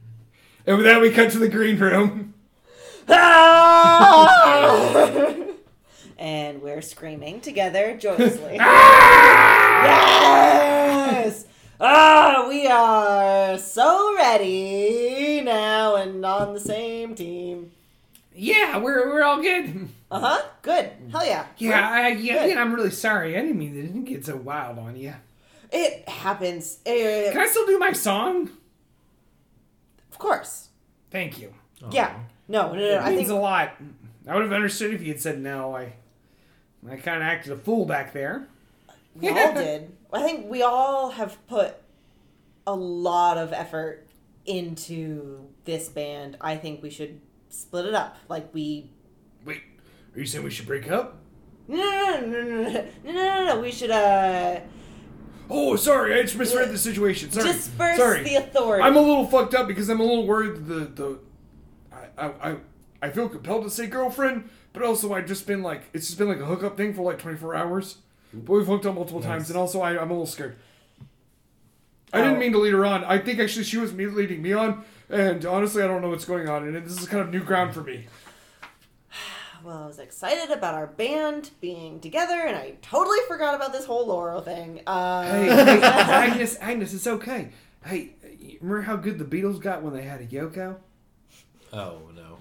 Speaker 2: And with that, we cut to the green room.
Speaker 6: (laughs) and we're screaming together
Speaker 2: (laughs)
Speaker 6: joyously.
Speaker 2: Ah!
Speaker 6: yes! Ah, we are so ready now and on the same team.
Speaker 2: (laughs) Yeah, we're, we're all good.
Speaker 6: Uh huh. Good. Hell yeah.
Speaker 2: Yeah, I, yeah, yeah, I'm really sorry. I didn't mean that. It didn't get so wild on you.
Speaker 6: It happens. Eh,
Speaker 2: Can I still do my song?
Speaker 6: of course.
Speaker 2: Thank you.
Speaker 6: Yeah. No, no, no.
Speaker 2: It
Speaker 6: I
Speaker 2: means
Speaker 6: think
Speaker 2: a lot. I would have understood if you had said no. I, I kind of acted a fool back there.
Speaker 6: we all did. (laughs) I think we all have put a lot of effort into this band. I think we should split it up. Like we (laughs)
Speaker 2: Wait, are you saying we should break up?
Speaker 6: no no no no no no no, no, no. we should uh
Speaker 2: Oh, sorry, I just misread the situation. Sorry,
Speaker 6: disperse
Speaker 2: sorry.
Speaker 6: the authority.
Speaker 2: I'm a little fucked up because I'm a little worried. that The the, I I I, I feel compelled to say girlfriend, but also I've just been like it's just been like a hookup thing for like 24 hours. But we've hooked up multiple times, and also I, I'm a little scared. I didn't
Speaker 6: Oh.
Speaker 2: mean to lead her on. I think actually she was me leading me on, and honestly I don't know what's going on, and this is kind of new ground for me.
Speaker 6: Well, I was excited about our band being together, and I totally forgot about this whole Laurel thing. Uh,
Speaker 2: Hey,
Speaker 6: (laughs)
Speaker 2: hey, (laughs) Agnes, Agnes, it's okay. Hey, remember how good the Beatles got when they had a Yoko?
Speaker 4: Oh no.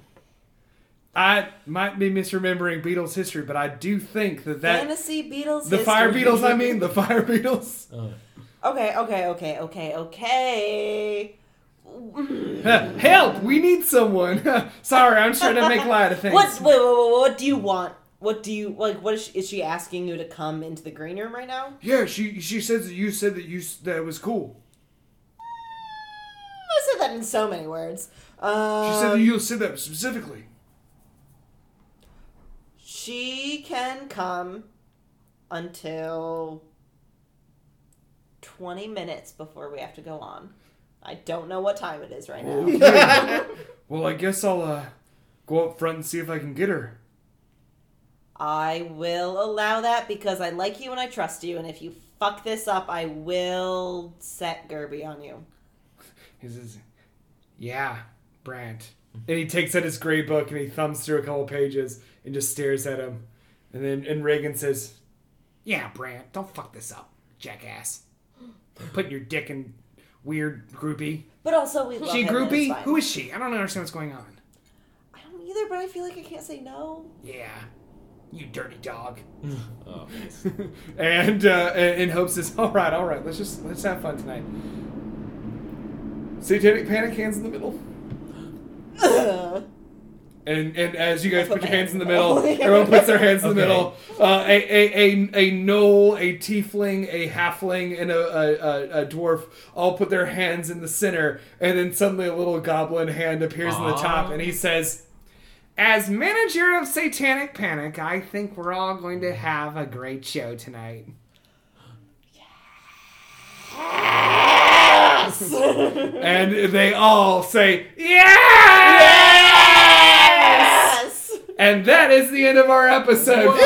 Speaker 2: I might be misremembering Beatles history, but I do think that that
Speaker 6: Fantasy Beatles.
Speaker 2: the Fire
Speaker 6: history.
Speaker 2: Beatles, I mean the Fire Beatles.
Speaker 6: Okay, okay, okay, okay, okay.
Speaker 2: Huh, (laughs) Help! We need someone. (laughs) Sorry, I'm just trying to make light of things.
Speaker 6: What? Wait, wait, wait, what do you want? What do you like? What is she, is she asking you to come into the green room right now?
Speaker 2: Yeah, she she says that you said that you s- that it was cool.
Speaker 6: I said that in so many words.
Speaker 2: She
Speaker 6: Um, she,
Speaker 2: said that you said that specifically.
Speaker 6: can come until twenty minutes before we have to go on. I don't know what time it is right now.
Speaker 2: (laughs) Well, I guess I'll uh, go up front and see if I can get her.
Speaker 6: I will allow that because I like you and I trust you. And if you fuck this up, I will set Gerby on you.
Speaker 2: He says, "Yeah, Brant." And he takes out his gray book and he thumbs through a couple pages and just stares at him. And then and Reagan says, "Yeah, Brant, don't fuck this up, jackass. Put your dick in weird groupie.
Speaker 6: But also, we love
Speaker 2: she
Speaker 6: him and it's
Speaker 2: groupie?
Speaker 6: fine.
Speaker 2: Who is she? I don't understand what's going on.
Speaker 6: I don't either, but I feel like I can't say no.
Speaker 2: Yeah, you dirty dog." (laughs)
Speaker 4: Oh, yes.
Speaker 2: and uh, and hopes is all right. All right, let's just let's have fun tonight. Satanic panic hands in the
Speaker 6: (laughs)
Speaker 2: middle. And, and as you guys
Speaker 6: put
Speaker 2: put your
Speaker 6: my
Speaker 2: hands in the middle,
Speaker 6: (laughs) hands in the middle.
Speaker 2: everyone puts their hands in the
Speaker 3: Okay.
Speaker 2: middle. Uh, a, a, a, a gnoll, a tiefling, a halfling, and a, a, a, a dwarf all put their hands in the center. And then suddenly a little goblin hand appears in the top
Speaker 4: Ah.
Speaker 2: and he says, As manager of Satanic Panic, I think we're all going to have a great show tonight. and they all say, Yes!
Speaker 6: Yes!
Speaker 2: And that is the end of our episode.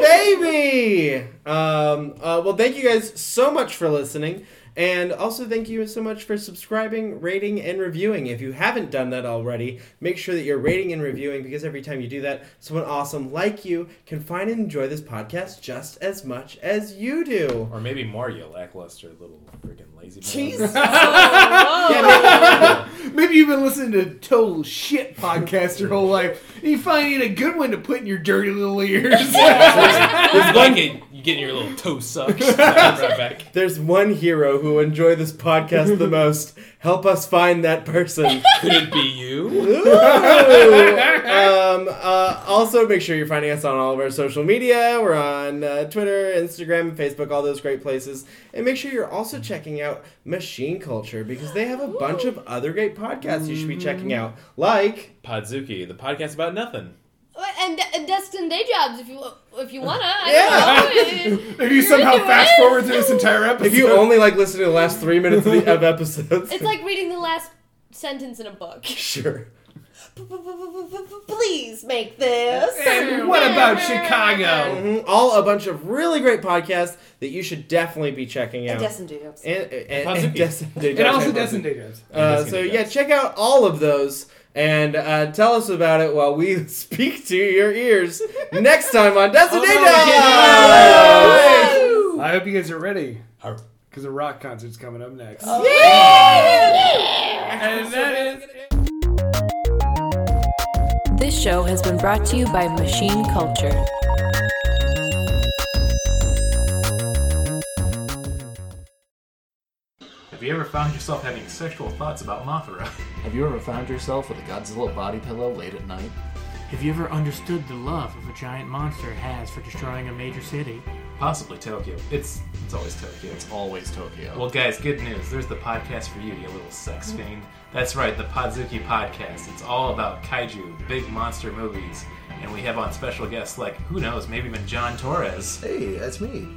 Speaker 3: baby. Um, uh, well, thank you guys so much for listening. And also, thank you so much for subscribing, rating, and reviewing. If you haven't done that already, make sure that you're rating and reviewing because every time you do that, someone awesome like you can find and enjoy this podcast just as much as you do.
Speaker 4: Or maybe Mario, lackluster little freaking lazy. (laughs)
Speaker 6: Jesus.
Speaker 4: Man.
Speaker 5: Oh, whoa.
Speaker 2: Maybe you've been listening to total shit podcast your (laughs) whole life. You finally need a good one to put in your dirty little ears.
Speaker 4: There's like it. You getting your little toe sucked. right back.
Speaker 3: There's one hero who will enjoy this podcast the most. Help us find that person.
Speaker 4: Could it be you?
Speaker 3: Ooh. (laughs) um, uh, also, make sure you're finding us on all of our social media. We're on uh, Twitter, Instagram, Facebook, all those great places. And make sure you're also checking out Machine Culture because they have a bunch of other great podcasts you should be checking out, like.
Speaker 4: Podzuki, the podcast about nothing.
Speaker 5: And, and Destin Day Jobs, if you if you wanna.
Speaker 2: (laughs)
Speaker 3: Yeah.
Speaker 5: I don't know.
Speaker 2: If you somehow
Speaker 5: into
Speaker 2: fast
Speaker 5: it.
Speaker 2: forward through this entire episode,
Speaker 3: If you only like listen to the last three minutes of, the,
Speaker 2: (laughs)
Speaker 3: of episodes,
Speaker 5: It's like reading the last sentence in a book.
Speaker 3: sure.
Speaker 6: P- p- p- p- p- (laughs) Please make this.
Speaker 2: and (laughs) what about Chicago?
Speaker 3: Mhm. All a bunch of really great podcasts that you you should definitely be checking
Speaker 6: And
Speaker 3: out.
Speaker 6: Destin Jacobs.
Speaker 3: and, and,
Speaker 4: Pazuki.
Speaker 3: and Destin
Speaker 2: And also Destin Day Jobs.
Speaker 3: Uh,
Speaker 4: That's
Speaker 3: so
Speaker 4: gonna be
Speaker 3: yeah,
Speaker 4: us.
Speaker 3: check out all of those and uh, tell us about it while we (laughs) speak to your ears next time
Speaker 4: (laughs)
Speaker 3: on Destiny
Speaker 2: Oh,
Speaker 3: Dials.
Speaker 2: I hope you guys are ready
Speaker 4: Arr.
Speaker 2: because the rock concert's coming up next.
Speaker 4: And that is.
Speaker 7: This show has been brought to you by Machine Culture.
Speaker 4: Have you ever found yourself having sexual thoughts about Mothra?
Speaker 8: Have you ever found yourself with a Godzilla body pillow late at night?
Speaker 9: Have you ever understood the love of a giant monster has for destroying a major city?
Speaker 4: Possibly Tokyo. It's it's always Tokyo.
Speaker 8: It's always Tokyo.
Speaker 4: Well, guys, good news. There's the podcast for you, you little sex
Speaker 10: Mm-hmm.
Speaker 4: fiend. That's right, the Podzuki Podcast. It's all about kaiju, big monster movies, and we have on special guests like, who knows, maybe even John Torres.
Speaker 10: Hey, that's me.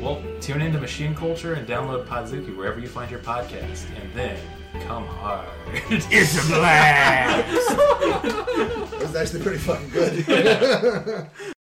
Speaker 4: Well, tune into Machine Culture and download Podzuki wherever you find your podcast, and then come hard. (laughs)
Speaker 10: That was actually pretty fucking good.